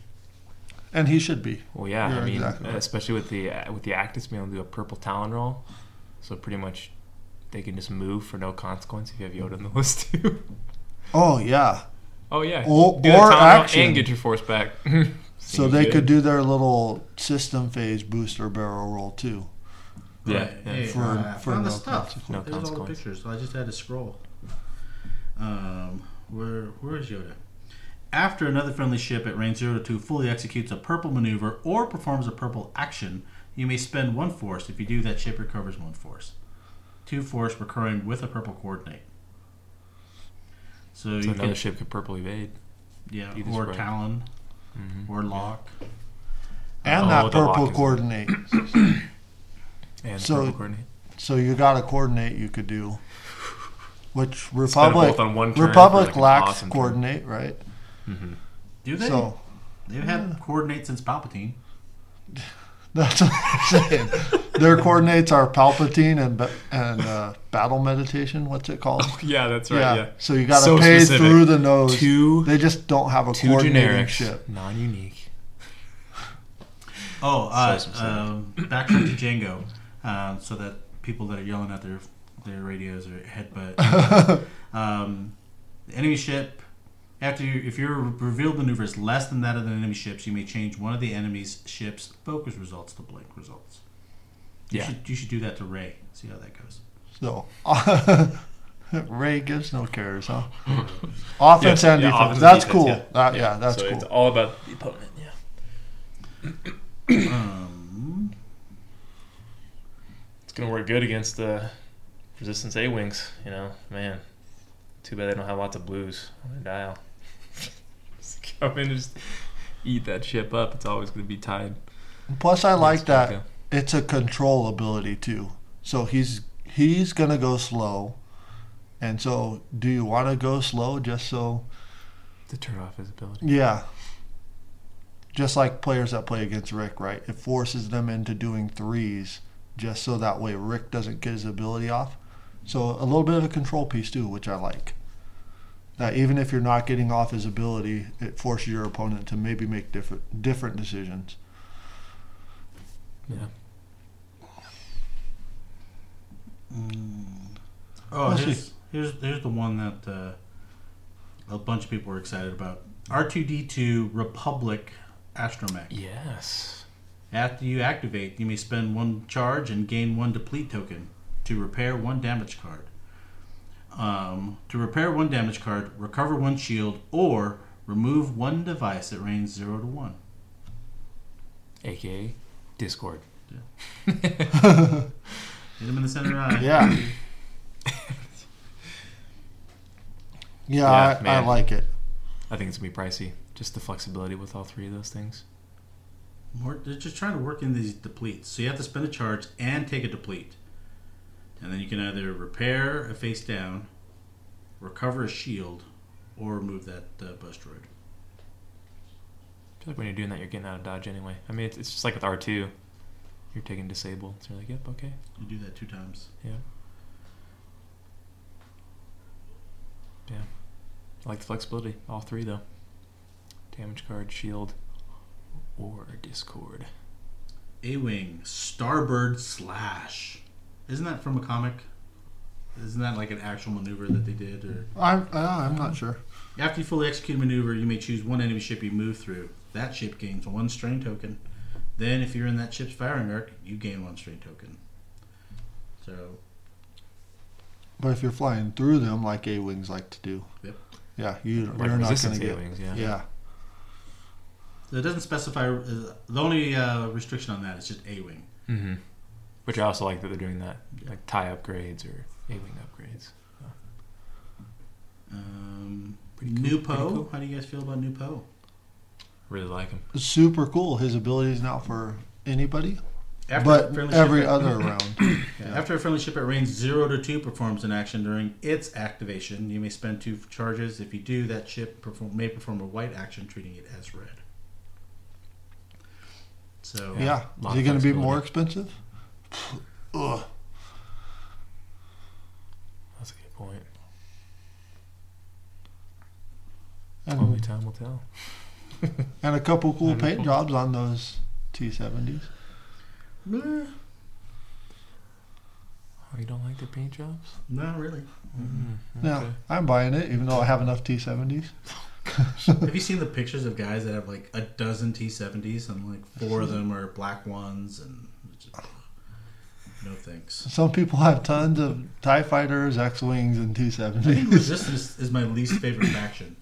And he should be. Well, yeah, Yeah, I mean, uh, exactly. especially with the with the Actus being able to do a purple Talon roll, so pretty much they can just move for no consequence if you have Yoda in the *laughs* list too. Oh, yeah. oh yeah, Or- do the or Talon roll action. and get your force back. *laughs* So they could do their little system phase booster barrel roll too. Yeah, Right. yeah. Hey, For- uh, I for found no the stuff. consequence. No There's all the consequence. pictures. so I just had to scroll. Um, where where is Yoda? After another friendly ship at range 0 to 2 fully executes a purple maneuver or performs a purple action, you may spend one force. If you do, that ship recovers one force. Two force recurring with a purple coordinate. So So, you another can, ship could purple evade. yeah, either or spread. Talon, Mm-hmm. or Lock. And Oh, that the lock purple is- coordinate. And So- purple coordinate. So you got a coordinate you could do. Which Spend 'em Republic both on one turn for, Republic like, an lacks awesome turn. coordinate, right? Do they? So *laughs* They've had coordinates since Palpatine. that's what I'm saying. Their coordinates are Palpatine and ba- and uh, battle meditation. What's it called? Yeah, that's right. Yeah. So you got to So pay specific. through the nose. Too- they just don't have a Two coordinating generics, ship. non-unique. Oh, uh, So specific. um, *clears throat* back to Django, um, so that people that are yelling at their their radios or headbutt. um, the enemy ship. After you, if your revealed maneuver is less than that of the enemy ships, you may change one of the enemy's ship's focus results to blank results. You Yeah. should, you should do that to Ray. See how that goes. So *laughs* Ray gives no cares, *laughs* huh? offense Yeah, and yeah, defense. offense and that's defense, cool. yeah. That, yeah. that's so cool. It's all about the opponent. Yeah. Um, It's gonna work good against the resistance A wings. You know, man. *laughs* Too bad they don't have lots of blues on their dial. just come in and just eat that ship up. It's always going to be tied. Plus, I like Let's that go. it's a control ability too. So he's he's gonna go slow, and so do you want to go slow just so? To turn off his ability. Yeah. Just like players that play against Rick, right? It forces them into doing threes just so that way Rick doesn't get his ability off. So a little bit of a control piece too, which I like. That even if you're not getting off his ability, it forces your opponent to maybe make different different decisions. Yeah. Mm. Oh, Let's here's, here's here's the one that uh, a bunch of people were excited about. R two D two Republic Astromech. Yes. After you activate, you may spend one charge and gain one deplete token to repair one damage card. Um, to repair one damage card, recover one shield, or remove one device at range zero to one. AKA Discord. *laughs* Hit him in the center of the eye. Yeah. *coughs* yeah, Yeah, I, I man. like it. I think it's going to be pricey. Just the flexibility with all three of those things. More, they're just trying to work in these depletes. So you have to spend a charge and take a deplete. And then you can either repair a face down, recover a shield, or remove that uh, bus droid. I feel like when you're doing that, you're getting out of dodge anyway. I mean, it's, it's just like with R2. You're taking disable. So you're like, yep, okay. You do that two times. I like the flexibility. All three, though. Damage card, shield, or Discord. A Wing, Starboard Slash. Isn't that from a comic? Isn't that like an actual maneuver that they did? Or I'm uh, I'm not sure. After you fully execute a maneuver, you may choose one enemy ship you move through. That ship gains one strain token. Then, if you're in that ship's firing arc, you gain one strain token. So, But if you're flying through them like A wings like to do, Yep. yeah, you Like you're not resistance gonna get A-wings, yeah. yeah. So it doesn't specify. Uh, the only uh, restriction on that is just A wing. Mm-hmm. Which I also like that they're doing that. Like tie upgrades or A-wing upgrades. Um, Pretty cool, new pretty Poe. cool. How do you guys feel about New Poe? Really like them. Super cool. His ability is not for anybody, a but friendly every ship at- *laughs* other round. yeah, After a friendly ship at range zero to two performs an action during its activation, you may spend two charges. If you do, that ship perform, may perform a white action, treating it as red. So Yeah, lot is he going to of be flexibility. more expensive? Ugh. That's a good point. Only And, time will tell. and a couple cool Wonderful. paint jobs on those T70s. Meh, Oh, you don't like the paint jobs? *laughs* not really. Mm-hmm. Yeah, Okay. I'm buying it, even though I have enough T70s. Have you seen the pictures of guys that have like a dozen T70s and like four of them are black ones and no thanks. Some people have tons of Tie Fighters, X Wings, and I *laughs* think *laughs* T70s. Resistance is my least favorite faction.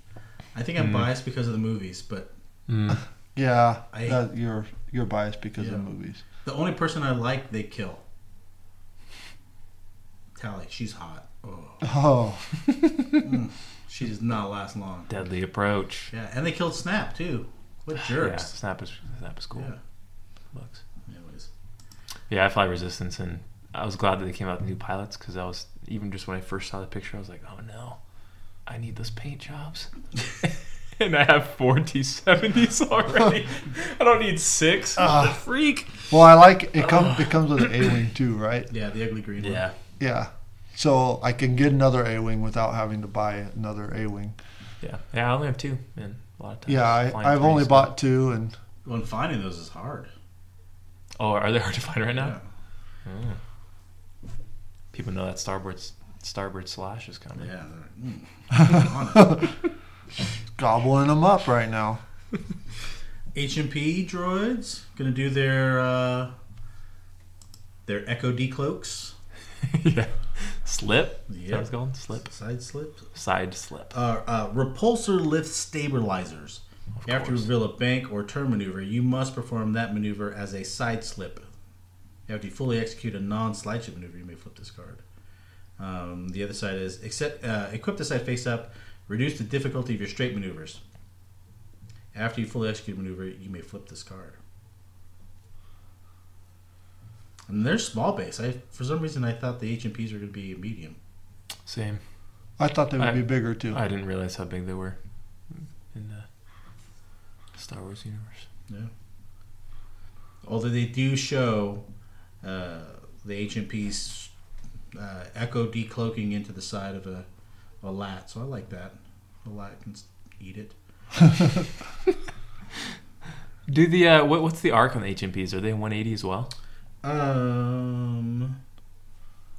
I think I'm Mm. biased because of the movies, but Mm. yeah, I- that, you're you're biased because Yeah. of movies. the only person I like, they kill. Tally, she's hot. Oh, Oh, she does not last long. Deadly approach. Yeah, and they killed Snap too. *sighs* What Yeah, jerks. snap is snap is cool. Yeah. Looks. Anyways, Yeah, I fly resistance, and I was glad that they came out with new pilots because I was even just when I first saw the picture, I was like, oh no, I need those paint *laughs* jobs. and I have four T seventies *laughs* already. I don't need six. Ah. What the freak. well, I like it. *sighs* Comes it comes with an A wing too, right? yeah, the ugly green. one. Yeah. Yeah, so I can get another A wing without having to buy another A wing. Yeah. Yeah. I only have two, and a lot of times. Yeah, flying I, I've threes. only bought two, and Well, and finding those is hard. Oh, are they *laughs* hard to find right now? Yeah. Mm. People know that starboard starboard slash is coming. Yeah, they're like, mm, on it. gobbling them up right now. HMP droids gonna do their uh, their echo decloaks, *laughs* Yeah. Slip. Is that Yep. what it's called? Slip. side slip, Side slip. uh, uh, repulsor lift stabilizers. Of After you course. reveal a bank or turn maneuver, you must perform that maneuver as a side slip. After you fully execute a non-slide ship maneuver, you may flip this card. Um, the other side is except, uh, equip the side face up, reduce the difficulty of your straight maneuvers. After you fully execute a maneuver, you may flip this card. And they're small base. I for some reason I thought the HMPs were going to be medium. Same. I thought they would I- be bigger too. I didn't realize how big they were in the Star Wars universe. Although they do show uh, the HMPs uh, echo decloaking into the side of a, a lat, so I like that. A lat can s- eat it. Do the uh, what, what's the arc on the HMPs? Are they 180 as well? Um.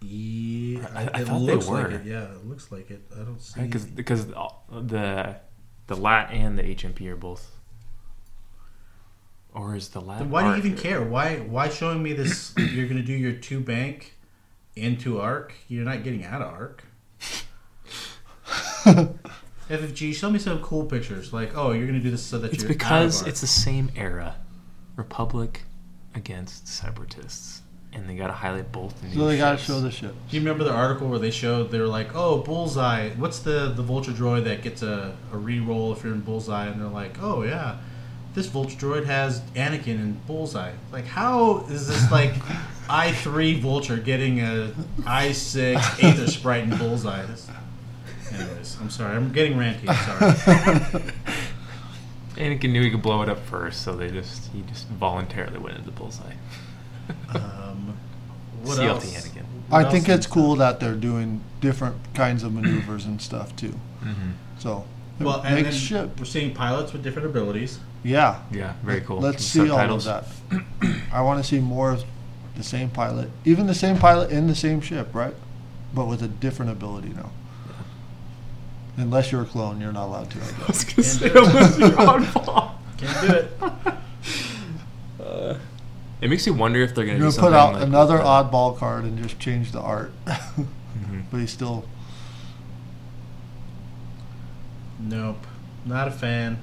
Yeah, I- I it thought they looks like were. it. Yeah, it looks like it. I don't see. Because Mm. because the the lat and the HMP are both. Or is the lat? Then why do you arc- even care? Why why showing me this? you're gonna do your two bank into arc. You're not getting out of arc. FFG, show me some cool pictures. Like, oh, you're gonna do this so that It's you're because out of it's the same era, Republic against separatists, and they got to highlight both. new so they gotta ships. show the ship. Do you remember the article where they showed they were like, oh, bullseye? What's the the vulture droid that gets a a reroll if you're in bullseye? And they're like, oh yeah, this vulture droid has Anakin in bullseye. Like, how is this like *laughs* I three vulture getting a I six Aether Sprite in bullseye? This- anyways, I'm sorry, I'm getting ranty. *laughs* I'm sorry. Anakin knew he could blow it up first, so they just he just voluntarily went into the bullseye. Um, what CLT else? Anakin. What I else think is- it's cool that they're doing different kinds of maneuvers and stuff too. *laughs* Mm-hmm. So it Well, and makes then ship. we're seeing pilots with different abilities. Yeah, Yeah, very cool. let's Some see all of that. *clears throat* I want to see more of the same pilot, even the same pilot in the same ship, right? But with a different ability now. Unless you're a clone, you're not *laughs* allowed to. I I guess. was gonna say, unless *laughs* you're Uh, *laughs* oddball. Can't do it. It makes you wonder if they're gonna You're do gonna something put out like another with the- oddball card and just change the art, *laughs* Mhm. but he's still Nope, not a fan.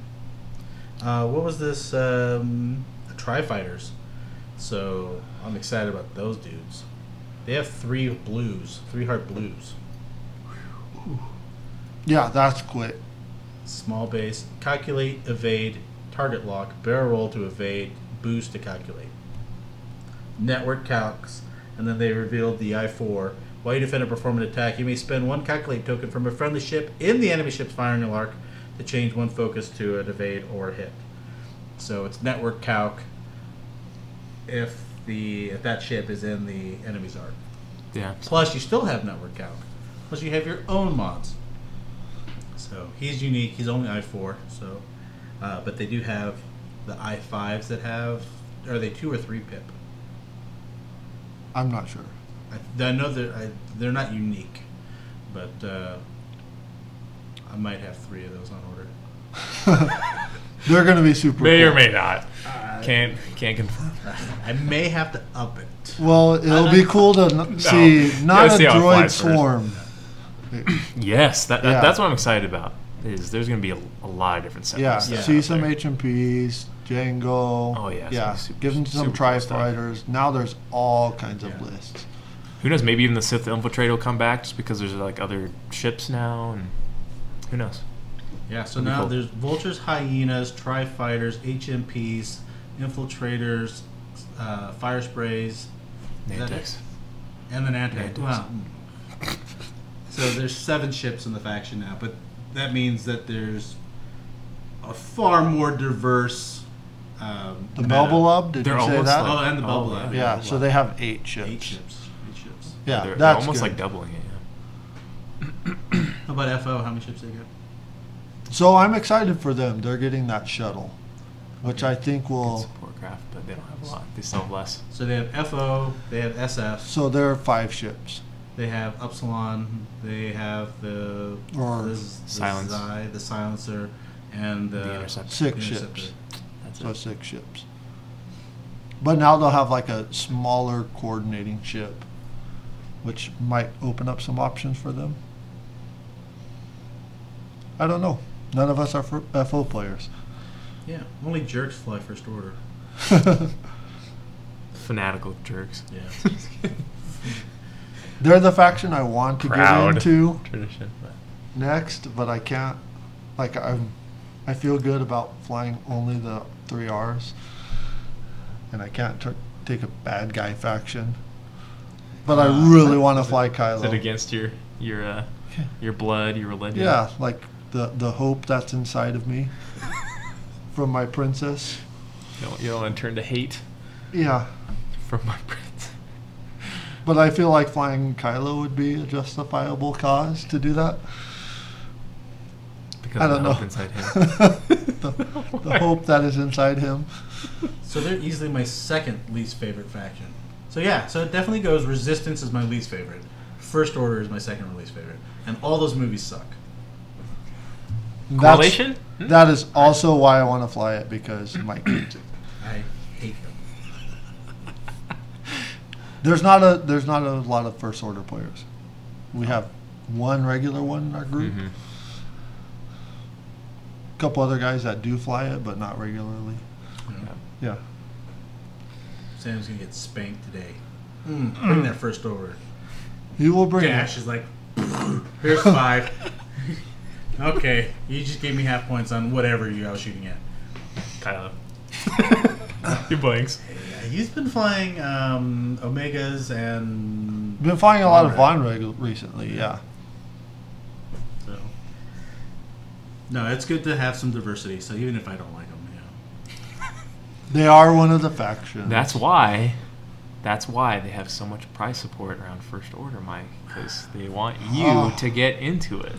Uh, what was this? Um, Tri Fighters. So I'm excited about those dudes. They have three blues, three heart blues. yeah, that's quick. Small base, calculate, evade, target lock, barrel roll to evade, boost to calculate. Network calcs, and then they revealed the I4. While you defend or perform an attack, you may spend one calculate token from a friendly ship in the enemy ship's firing arc to change one focus to an evade or a hit. So it's network calc if the if that ship is in the enemy's arc. Yeah. Plus, you still have network calc. Plus, you have your own mods. So he's unique. He's only I four. So, uh, but they do have the I fives that have. Are they two or three pip? I'm not sure. *laughs* I, I know that I, they're not unique, but uh, I might have three of those on order. They're gonna be super. May or cool. may not. Can't can't confirm. *laughs* I may have to up it. Well, it'll be cool *laughs* to n- see not Yeah, a see how droid it flies first. *laughs* swarm. Yes, that, that- Yeah. that's what I'm excited about. Is there's gonna be a, a lot of different Yeah, setups. see some HMPs, Django. Oh, yeah, yeah. some super- Give them some super tri cool stuff. fighters. Now there's all kinds of Yeah. lists. Who knows? Maybe even the Sith infiltrator will come back just because there's like other ships now, and who knows? Yeah, so That'd be now cool. there's vultures, hyenas, tri fighters, HMPs, infiltrators, uh, fire sprays, Is that Nantex. and then anti. Yeah, it does. wow. so there's seven ships in the faction now, but that means that there's a far more diverse. Um, The meta. Belbalob, did They're you say almost that? like Oh, and the bubble lab. yeah, so they have eight ships. Eight ships. Eight ships. Yeah, they're, they're that's almost good. like doubling it. Yeah. How about FO? How many ships they got? So I'm excited for them. They're getting that shuttle, which I think will. Support craft, but they don't have a lot. They still have less. So they have FO, they have SF, So there are five ships. they have Upsilon, they have the Or- the z- the Silence. Xi, the silencer, and the, the intercept. Six interceptor. ships. That's So it. six ships. But now they'll have like a smaller coordinating ship, which might open up some options for them. I don't know. None of us are for FO players. *laughs* Yeah, only jerks fly first order. Fanatical jerks. *laughs* Yeah. They're the faction I want to Proud. get into Tradition. but- next, but I can't. Like I'm I feel good about flying only the three R's, and I can't tr- take a bad guy faction. But I really want to fly Uh, Is Kylo. it against your your uh, your blood, your religion? Yeah, like the the hope that's inside of *laughs* me from my princess. You don't, you don't want to turn to hate Yeah, from my prince. but I feel like flying Kylo would be a justifiable cause to do that. *laughs* Because I of the don't know. hope inside him. *laughs* the, *laughs* the hope that is inside him. So they're easily my second least favorite faction. So yeah, so it definitely goes Resistance is my least favorite. First Order is my second least favorite. And all those movies suck. That's- Correlation? Hmm? That is also why I want to fly it because my kids. I hate them. There's not a there's not a lot of first order players. We have one regular one in our group. Mm-hmm. Mhm. A couple other guys that do fly it, but not regularly. you know? Yeah. Sam's gonna get spanked today. Hmm. Mm, bring that first order. He will bring Dash it. is like, *laughs* *laughs* here's five. okay, you just gave me half points on whatever you I was shooting at. Kylo. *laughs* he blinks. Yeah, he's been flying um, Omegas and Been flying a lot of Von Von Reg recently, yeah. So. No, it's good to have some diversity. So even if I don't like them, you know, They are one of the factions. That's why. That's why they have so much prize support around First Order, Mike, because they want you Oh. to get into it.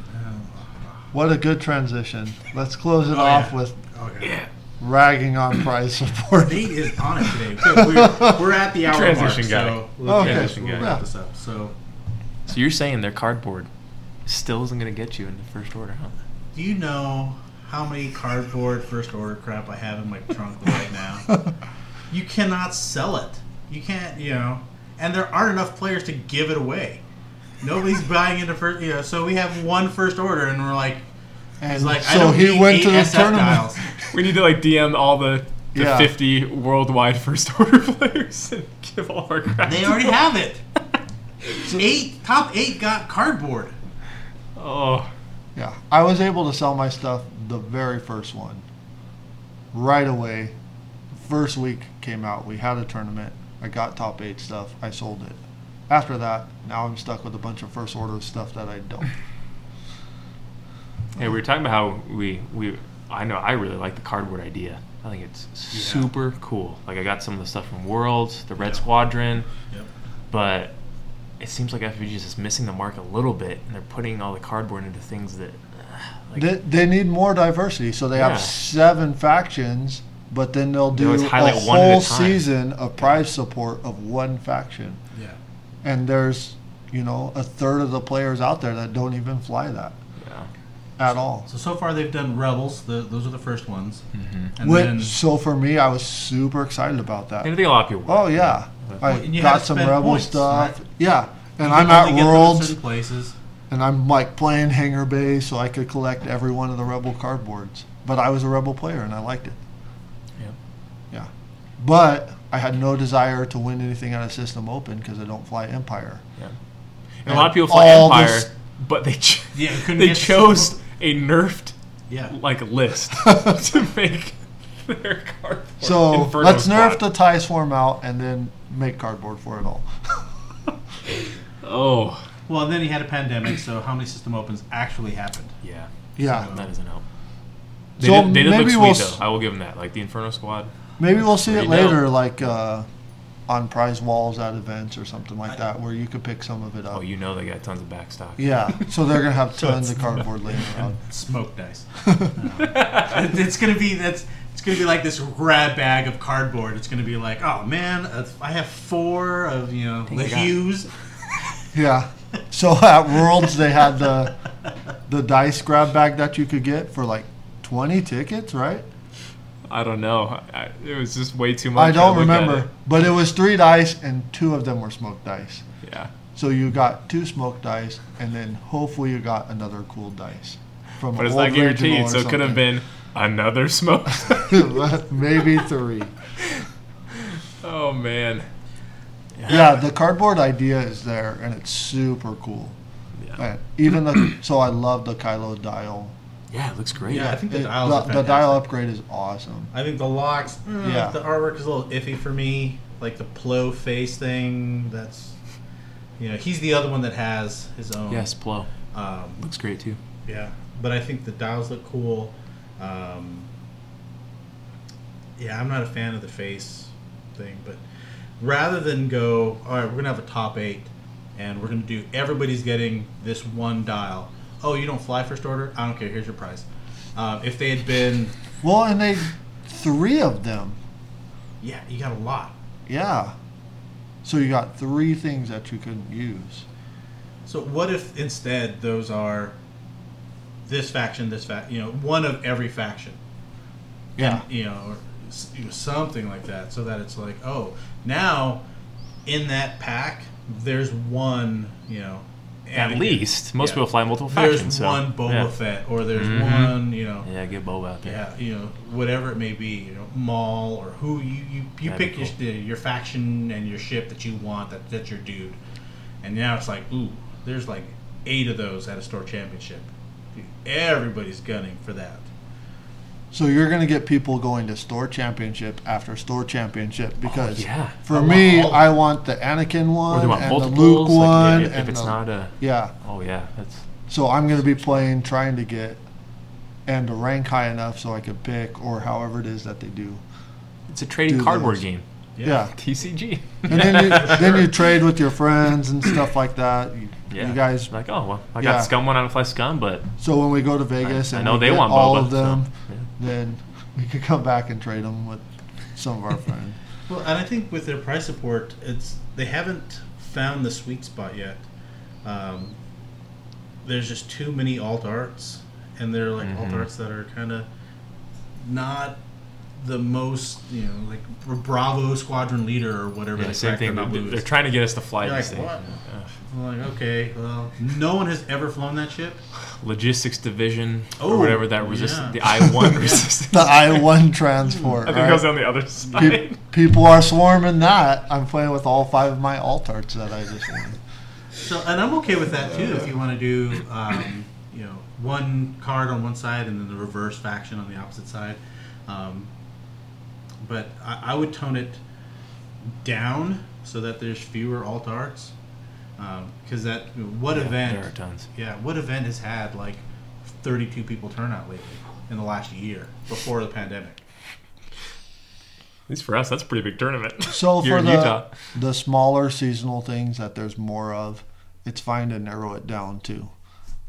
what a good transition. Let's close it Oh, off yeah. with Okay. ragging *coughs* on prize support. Nate is on it today. Good. We're, we're at the hour Transition mark, guy. so we'll, Okay. Transition we'll guy. wrap this up. So, So you're saying their cardboard still isn't going to get you into First Order, huh? do you know how many cardboard first order crap I have in my trunk right *laughs* now? you cannot sell it. You can't, you know, and there aren't enough players to give it away. *laughs* Nobody's buying into first, you know. So we have one first order, and we're like, And he's like, I so don't he need went eight to the SF tournament. dials. We need to like DM all the, the Yeah. 50 worldwide First Order *laughs* players and give all our crap. They to already them. *laughs* have it. Eight top eight got cardboard. Oh, Yeah, I was able to sell my stuff the very first one. Right away, first week came out. We had a tournament. I got top eight stuff. I sold it. After that, now I'm stuck with a bunch of first order stuff that I *laughs* don't. hey, we were talking about how we we I know I really like the cardboard idea. I think it's super cool. Like I got some of the stuff from Worlds, the Red Yeah. Squadron, Yep. but it seems like FFG is just missing the mark a little bit, and they're putting all the cardboard into things that. uh, like, They, they need more diversity, so they Yeah. have seven factions, but then they'll They do always a highlight one at a whole time. season of prize support of one faction. Yeah. And there's, you know, a third of the players out there that don't even fly that yeah. at all. So so far they've done rebels. The, those are the first ones, and Which, then so for me, I was super excited about that. And I think a lot of people. Oh yeah, I And you had got to some spend rebel points, stuff. right? Yeah, and you I'm can only at get them Worlds, certain places. and I'm like playing Hangar Bay, so I could collect every one of the rebel cardboards. But I was a rebel player, and I liked it. Yeah. Yeah, but I had no desire to win anything out of System Open because I don't fly Empire. Yeah. And a lot of people fly all Empire, this- but they ch- Yeah, it *laughs* couldn't they get to- chose a nerfed Yeah. *laughs* like list to make their cardboard. So Inferno let's nerf the squad. tie swarm out and then make cardboard for it all. Oh Well, and then he had a pandemic. So how many system opens actually happened? yeah, yeah. that doesn't help. They So did, they did look maybe sweet we'll s- though. I will give them that. Like the Inferno Squad. Maybe we'll see There it you go. later, like uh, on prize walls at events or something like that, where you could pick some of it up. Oh, you know they got tons of backstock. Yeah, so they're gonna *laughs* have So tons it's of cardboard laying around. *laughs* Smoke dice. Uh, it's gonna be that's. It's gonna be like this grab bag of cardboard. It's gonna be like, oh man, uh, I have four of you know the I got it. hues. Yeah. So at Worlds they had the the dice grab bag that you could get for like twenty tickets, right? I don't know. I, it was just way too much. I don't look at remember, but it was three dice and two of them were smoked dice. it. Yeah. So you got two smoked dice and then hopefully you got another cool dice from. But an it's old not guaranteed, regional so or it could have something. been another smoke. *laughs* *laughs* maybe three. oh man. Yeah, the cardboard idea is there, and it's super cool. Yeah. *clears throat* And even the so I love the Kylo dial Yeah, it looks great. Yeah, I think the It- dials the- are the dial fantastic. upgrade is awesome. I think the locks. mm, Yeah. The artwork is a little iffy for me. Like the Plo face thing. That's. You know, he's the other one that has his own. Yes, Plo. Um, Looks great too. Yeah, but I think the dials look cool. Um, yeah, I'm not a fan of the face thing, but rather than go, all right, we're gonna have a top eight, and we're gonna do everybody's getting this one dial. Oh, you don't fly first order? I don't care. Here's your prize. Um, if they had been, Well, and they three of them. yeah, you got a lot. Yeah. So you got three things that you couldn't use. So what if instead those are this faction, this fact, you know, one of every faction. Yeah. you know, or s- you know, something like that, so that it's like, oh, now in that pack, there's one, you know, At Anakin. least most Yeah. people fly multiple there's factions. so, one Boba yeah. Fett, or there's Mhm. one, you know, Yeah, get Boba out there. yeah, you know, whatever it may be, you know, Maul or who you you, you That'd pick be your your your faction and your ship that you want that that's your dude, and now it's like, ooh, there's like eight of those at a store championship. Everybody's gunning for that. So you're gonna get people going to store championship after store championship because Oh, yeah. for I want me, all of I want the Anakin one Or they want and the multiples. Luke like, one. if, if and it's the- not a, yeah. oh yeah, that's So I'm gonna be playing trying to get and to rank high enough so I could pick or however it is that they do. it's a trading Do cardboard those. game. Yeah. *laughs* TCG. And *laughs* then you, then you trade with your friends and stuff like that. You, yeah. you guys. like, oh well, I Yeah. got scum one, I don't fly scum, but So when we go to I, Vegas I and know we they get want all Boba. of them, So, yeah. then we could come back and trade them with some of our *laughs* friends. Well, and I think with their price support, it's they haven't found the sweet spot yet. Um, there's just too many alt arts, and they're like alt Mhm. arts that are kind of not the most, you know, like Bravo Squadron Leader or whatever. Yeah, the same crack thing. they're They're, not they're movies. trying to get us to fly You're these like, things. what? Ugh. I'm like, okay, well, no one has ever flown that ship. Logistics division Oh, or whatever that resistance, yeah. the *laughs* I one resistance. The I one transport. *laughs* I think right? it goes on the other Pe- side. *laughs* people are swarming that. I'm playing with all five of my alt arts that I just won. So, and I'm okay with that too. If you want to do, um, you know, one card on one side and then the reverse faction on the opposite side, um, but I, I would tone it down so that there's fewer alt arts. Because that what Yeah, There are event? tons. Yeah, what event has had like 32 people turn out lately in the last year before the pandemic? At least for us, that's a pretty big tournament. *laughs* So You're for in the Utah. the smaller seasonal things that there's more of, it's fine to narrow it down to.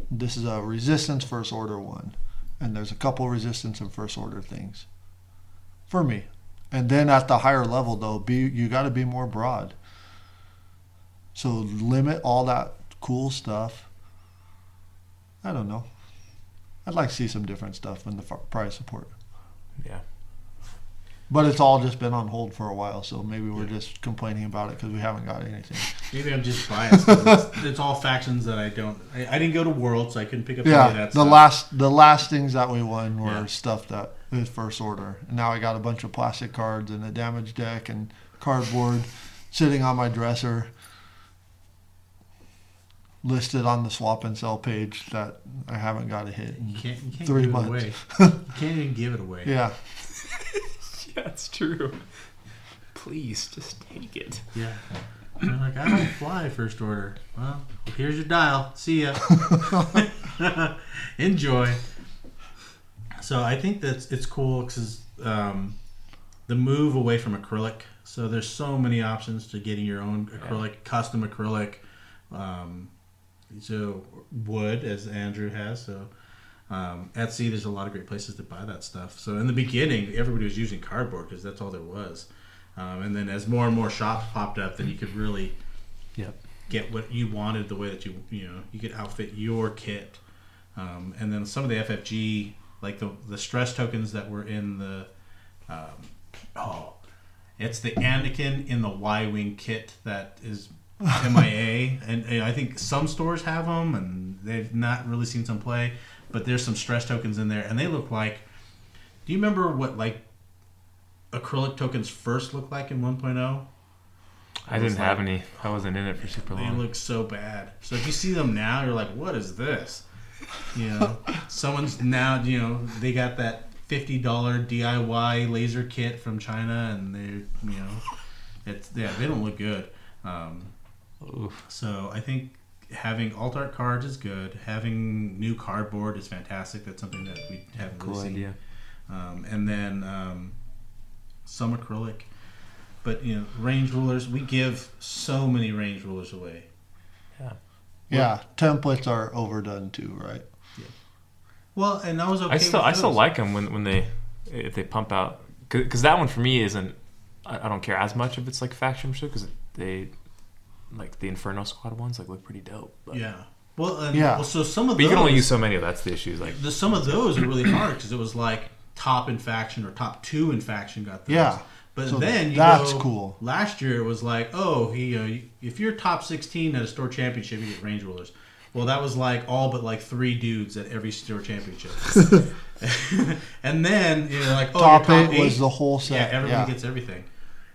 This is a resistance first order one, and there's a couple resistance and first order things. For me, and then at the higher level though, be you got to be more broad. So limit all that cool stuff. I don't know. I'd like to see some different stuff in the f- prize support. Yeah. But it's all just been on hold for a while, so maybe we're just complaining about it because we haven't got anything. Maybe I'm just biased. 'cause it's, it's all factions that I don't. I, I didn't go to World, so I couldn't pick up any of yeah, that the stuff. last the last things that we won were uh, Yeah. stuff that was first order. And now I got a bunch of plastic cards and a damage deck and cardboard sitting on my dresser, listed on the swap and sell page that I haven't got a hit. You can't, you can't Three give months. *laughs* it away. you can't even give it away. Yeah, Yeah, it's true. Please just take it. Yeah. They're like, I don't fly first order. Well, here's your dial. See ya. *laughs* Enjoy. So I think that's it's cool because um, the move away from acrylic. So there's so many options to getting your own acrylic, custom acrylic. Um, so wood, as Andrew has. So um, Etsy, there's a lot of great places to buy that stuff. So in the beginning, everybody was using cardboard because that's all there was. Um, and then as more and more shops popped up, then you could really Yep. get what you wanted the way that you you know you could outfit your kit. Um, and then some of the FFG, like the the stress tokens that were in the um, oh, it's the Anakin in the Y wing kit that is MIA, and, and I think some stores have them, and they've not really seen some play. But there's some stress tokens in there, and they look like. Do you remember what like acrylic tokens first looked like in 1.0? I didn't have any. I wasn't in it for super They long. look so bad. So if you see them now, you're like, what is this? *laughs* You know, someone's now you know they got that fifty dollar DIY laser kit from China, and they you know, it's yeah they don't look good. Um, Oof. so I think having alt art cards is good. Having new cardboard is fantastic. That's something that we haven't Cool really seen idea. um, and then um, some acrylic. But you know, range rulers. We give so many range rulers away. Yeah, templates are overdone too, right? Well, and I was okay. I still with I still those. like them when, when they if they pump out because that one for me isn't I, I don't care as much if it's like faction or because they like the Inferno Squad ones like look pretty dope. But, Yeah. Well, and, Yeah. Well, so some of but you those, can only use so many. of That's the issue. is, Like the, some of those are really hard because it was like top in faction or top two in faction got those. Yeah. But So then you that's go- cool. Last year it was like, oh, he, uh, if you're top 16 at a store championship, you get range rulers. Well, that was like all but like three dudes at every store championship. *laughs* and then you're like, oh, top, you're eight, was the whole yeah, set. Yeah, everybody gets everything.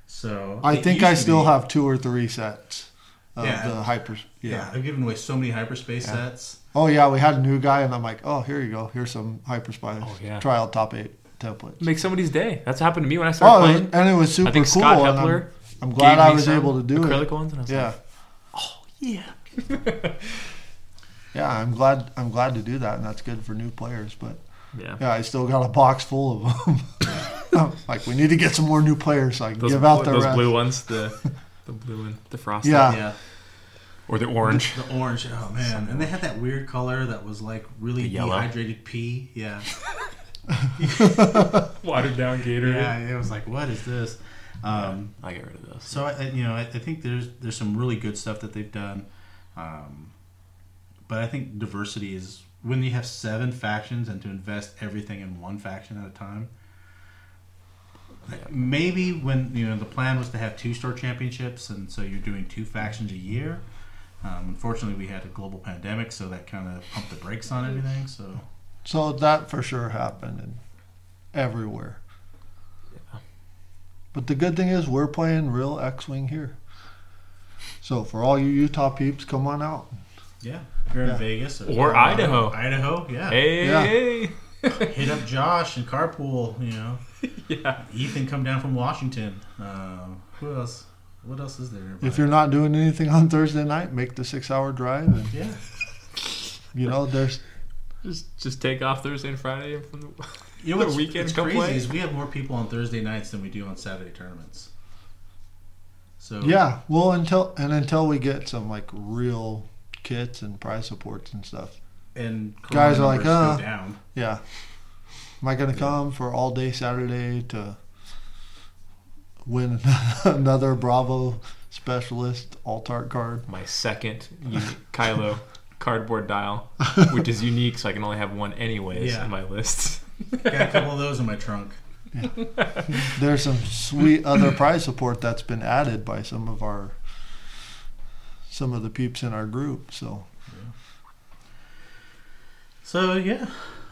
So I it think used I to still be- have two or three sets of Yeah. the hyper. Yeah. Yeah. I've given away so many hyperspace sets. Oh yeah, we had a new guy, and I'm like, oh, here you go. Here's some hyper spiders. Oh, yeah. Trial top eight templates. make somebody's day. That's happened to me when I started Oh, playing. and it was super I think cool. Scott and I'm- Hepler I'm, glad gave I me was some able to do acrylic it. ones, and I was Yeah. like, yeah. Yeah, I'm glad. I'm glad to do that, and that's good for new players. But Yeah. yeah, I still got a box full of *laughs* *laughs* them. like we need to get some more new players so I can Those, give out the those rest. blue ones, the *laughs* the blue and the frosted, Yeah. yeah. or the orange. The orange, oh man! And they had that weird color that was like really The yellow. dehydrated pea. Yeah, *laughs* watered down Gatorade. yeah. It was like, what is this? Um, I get rid of those. so I, I- you know, I, I think there's there's some really good stuff that they've done, um, but I think diversity is when you have seven factions and to invest everything in one faction at a time. Maybe when you know the plan was to have two store championships, and so you're doing two factions a year. Um, unfortunately, we had a global pandemic, so that kind of pumped the brakes on everything. So So that for sure happened and everywhere. But the good thing is we're playing real X Wing here. So for all you Utah peeps, come on out. yeah, if you're in Yeah. Vegas Or Idaho. Idaho, yeah. Hey, hit up Josh and carpool. You know, *laughs* yeah. Ethan come down from Washington. Uh, who else? What else is there? nearby? If you're not doing anything on Thursday night, make the six hour drive and yeah, you know, there's Just just take off Thursday and Friday from the. you know The what's, weekend, what's come crazy play. is we have more people on Thursday nights than we do on Saturday tournaments. So yeah, well until and until we get some like real kits and prize supports and stuff. and Guys corona are like, numbers uh, go down. Yeah. Am I gonna come for all day Saturday to win *laughs* another Bravo specialist altart card? my second *laughs* unique Kylo cardboard dial, which is unique, so I can only have one anyways Yeah. in my list. Got a couple of those in my trunk. There's some sweet other prize support that's been added by some of our some of the peeps in our group. So So yeah,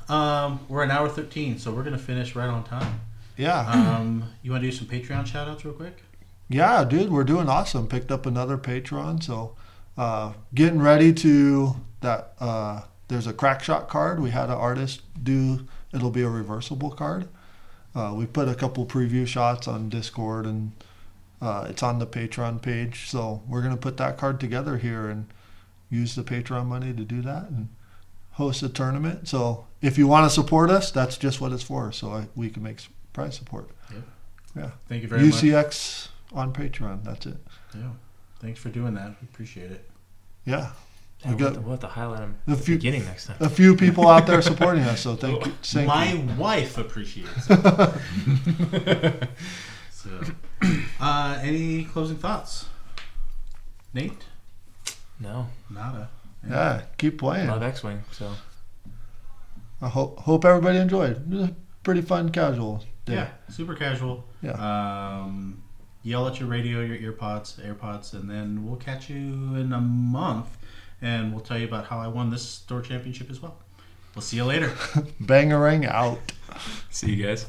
um, we're an hour thirteen, so we're gonna finish right on time. yeah, Um, you want to do some Patreon shout outs real quick? yeah, dude, we're doing awesome. Picked up another patron, so uh, getting ready to that. Uh, there's a crack shot card. We had an artist do. It'll be a reversible card. Uh, we put a couple preview shots on Discord and uh, it's on the Patreon page. So we're gonna put that card together here and use the Patreon money to do that and host a tournament. So if you want to support us, that's just what it's for. So I, we can make s- prize support. Thank you very much. UCX on Patreon. That's it. Yeah. Thanks for doing that. We appreciate it. Yeah, Yeah, got- we'll, have to, we'll have to highlight them The at the few- beginning next time. a few people out there supporting us. So thank you. Thank My you. wife appreciates it. *laughs* so, uh, any closing thoughts? Nate? No, Nada. Yeah, keep playing. love X-wing. So I hope hope everybody enjoyed. It was a Pretty fun, casual. Day. Yeah, super casual. Yeah. Um, yell at your radio, your earpods, AirPods, and then we'll catch you in a month and we'll tell you about how I won this store championship as well. We'll see you later. Bangarang out. see you guys.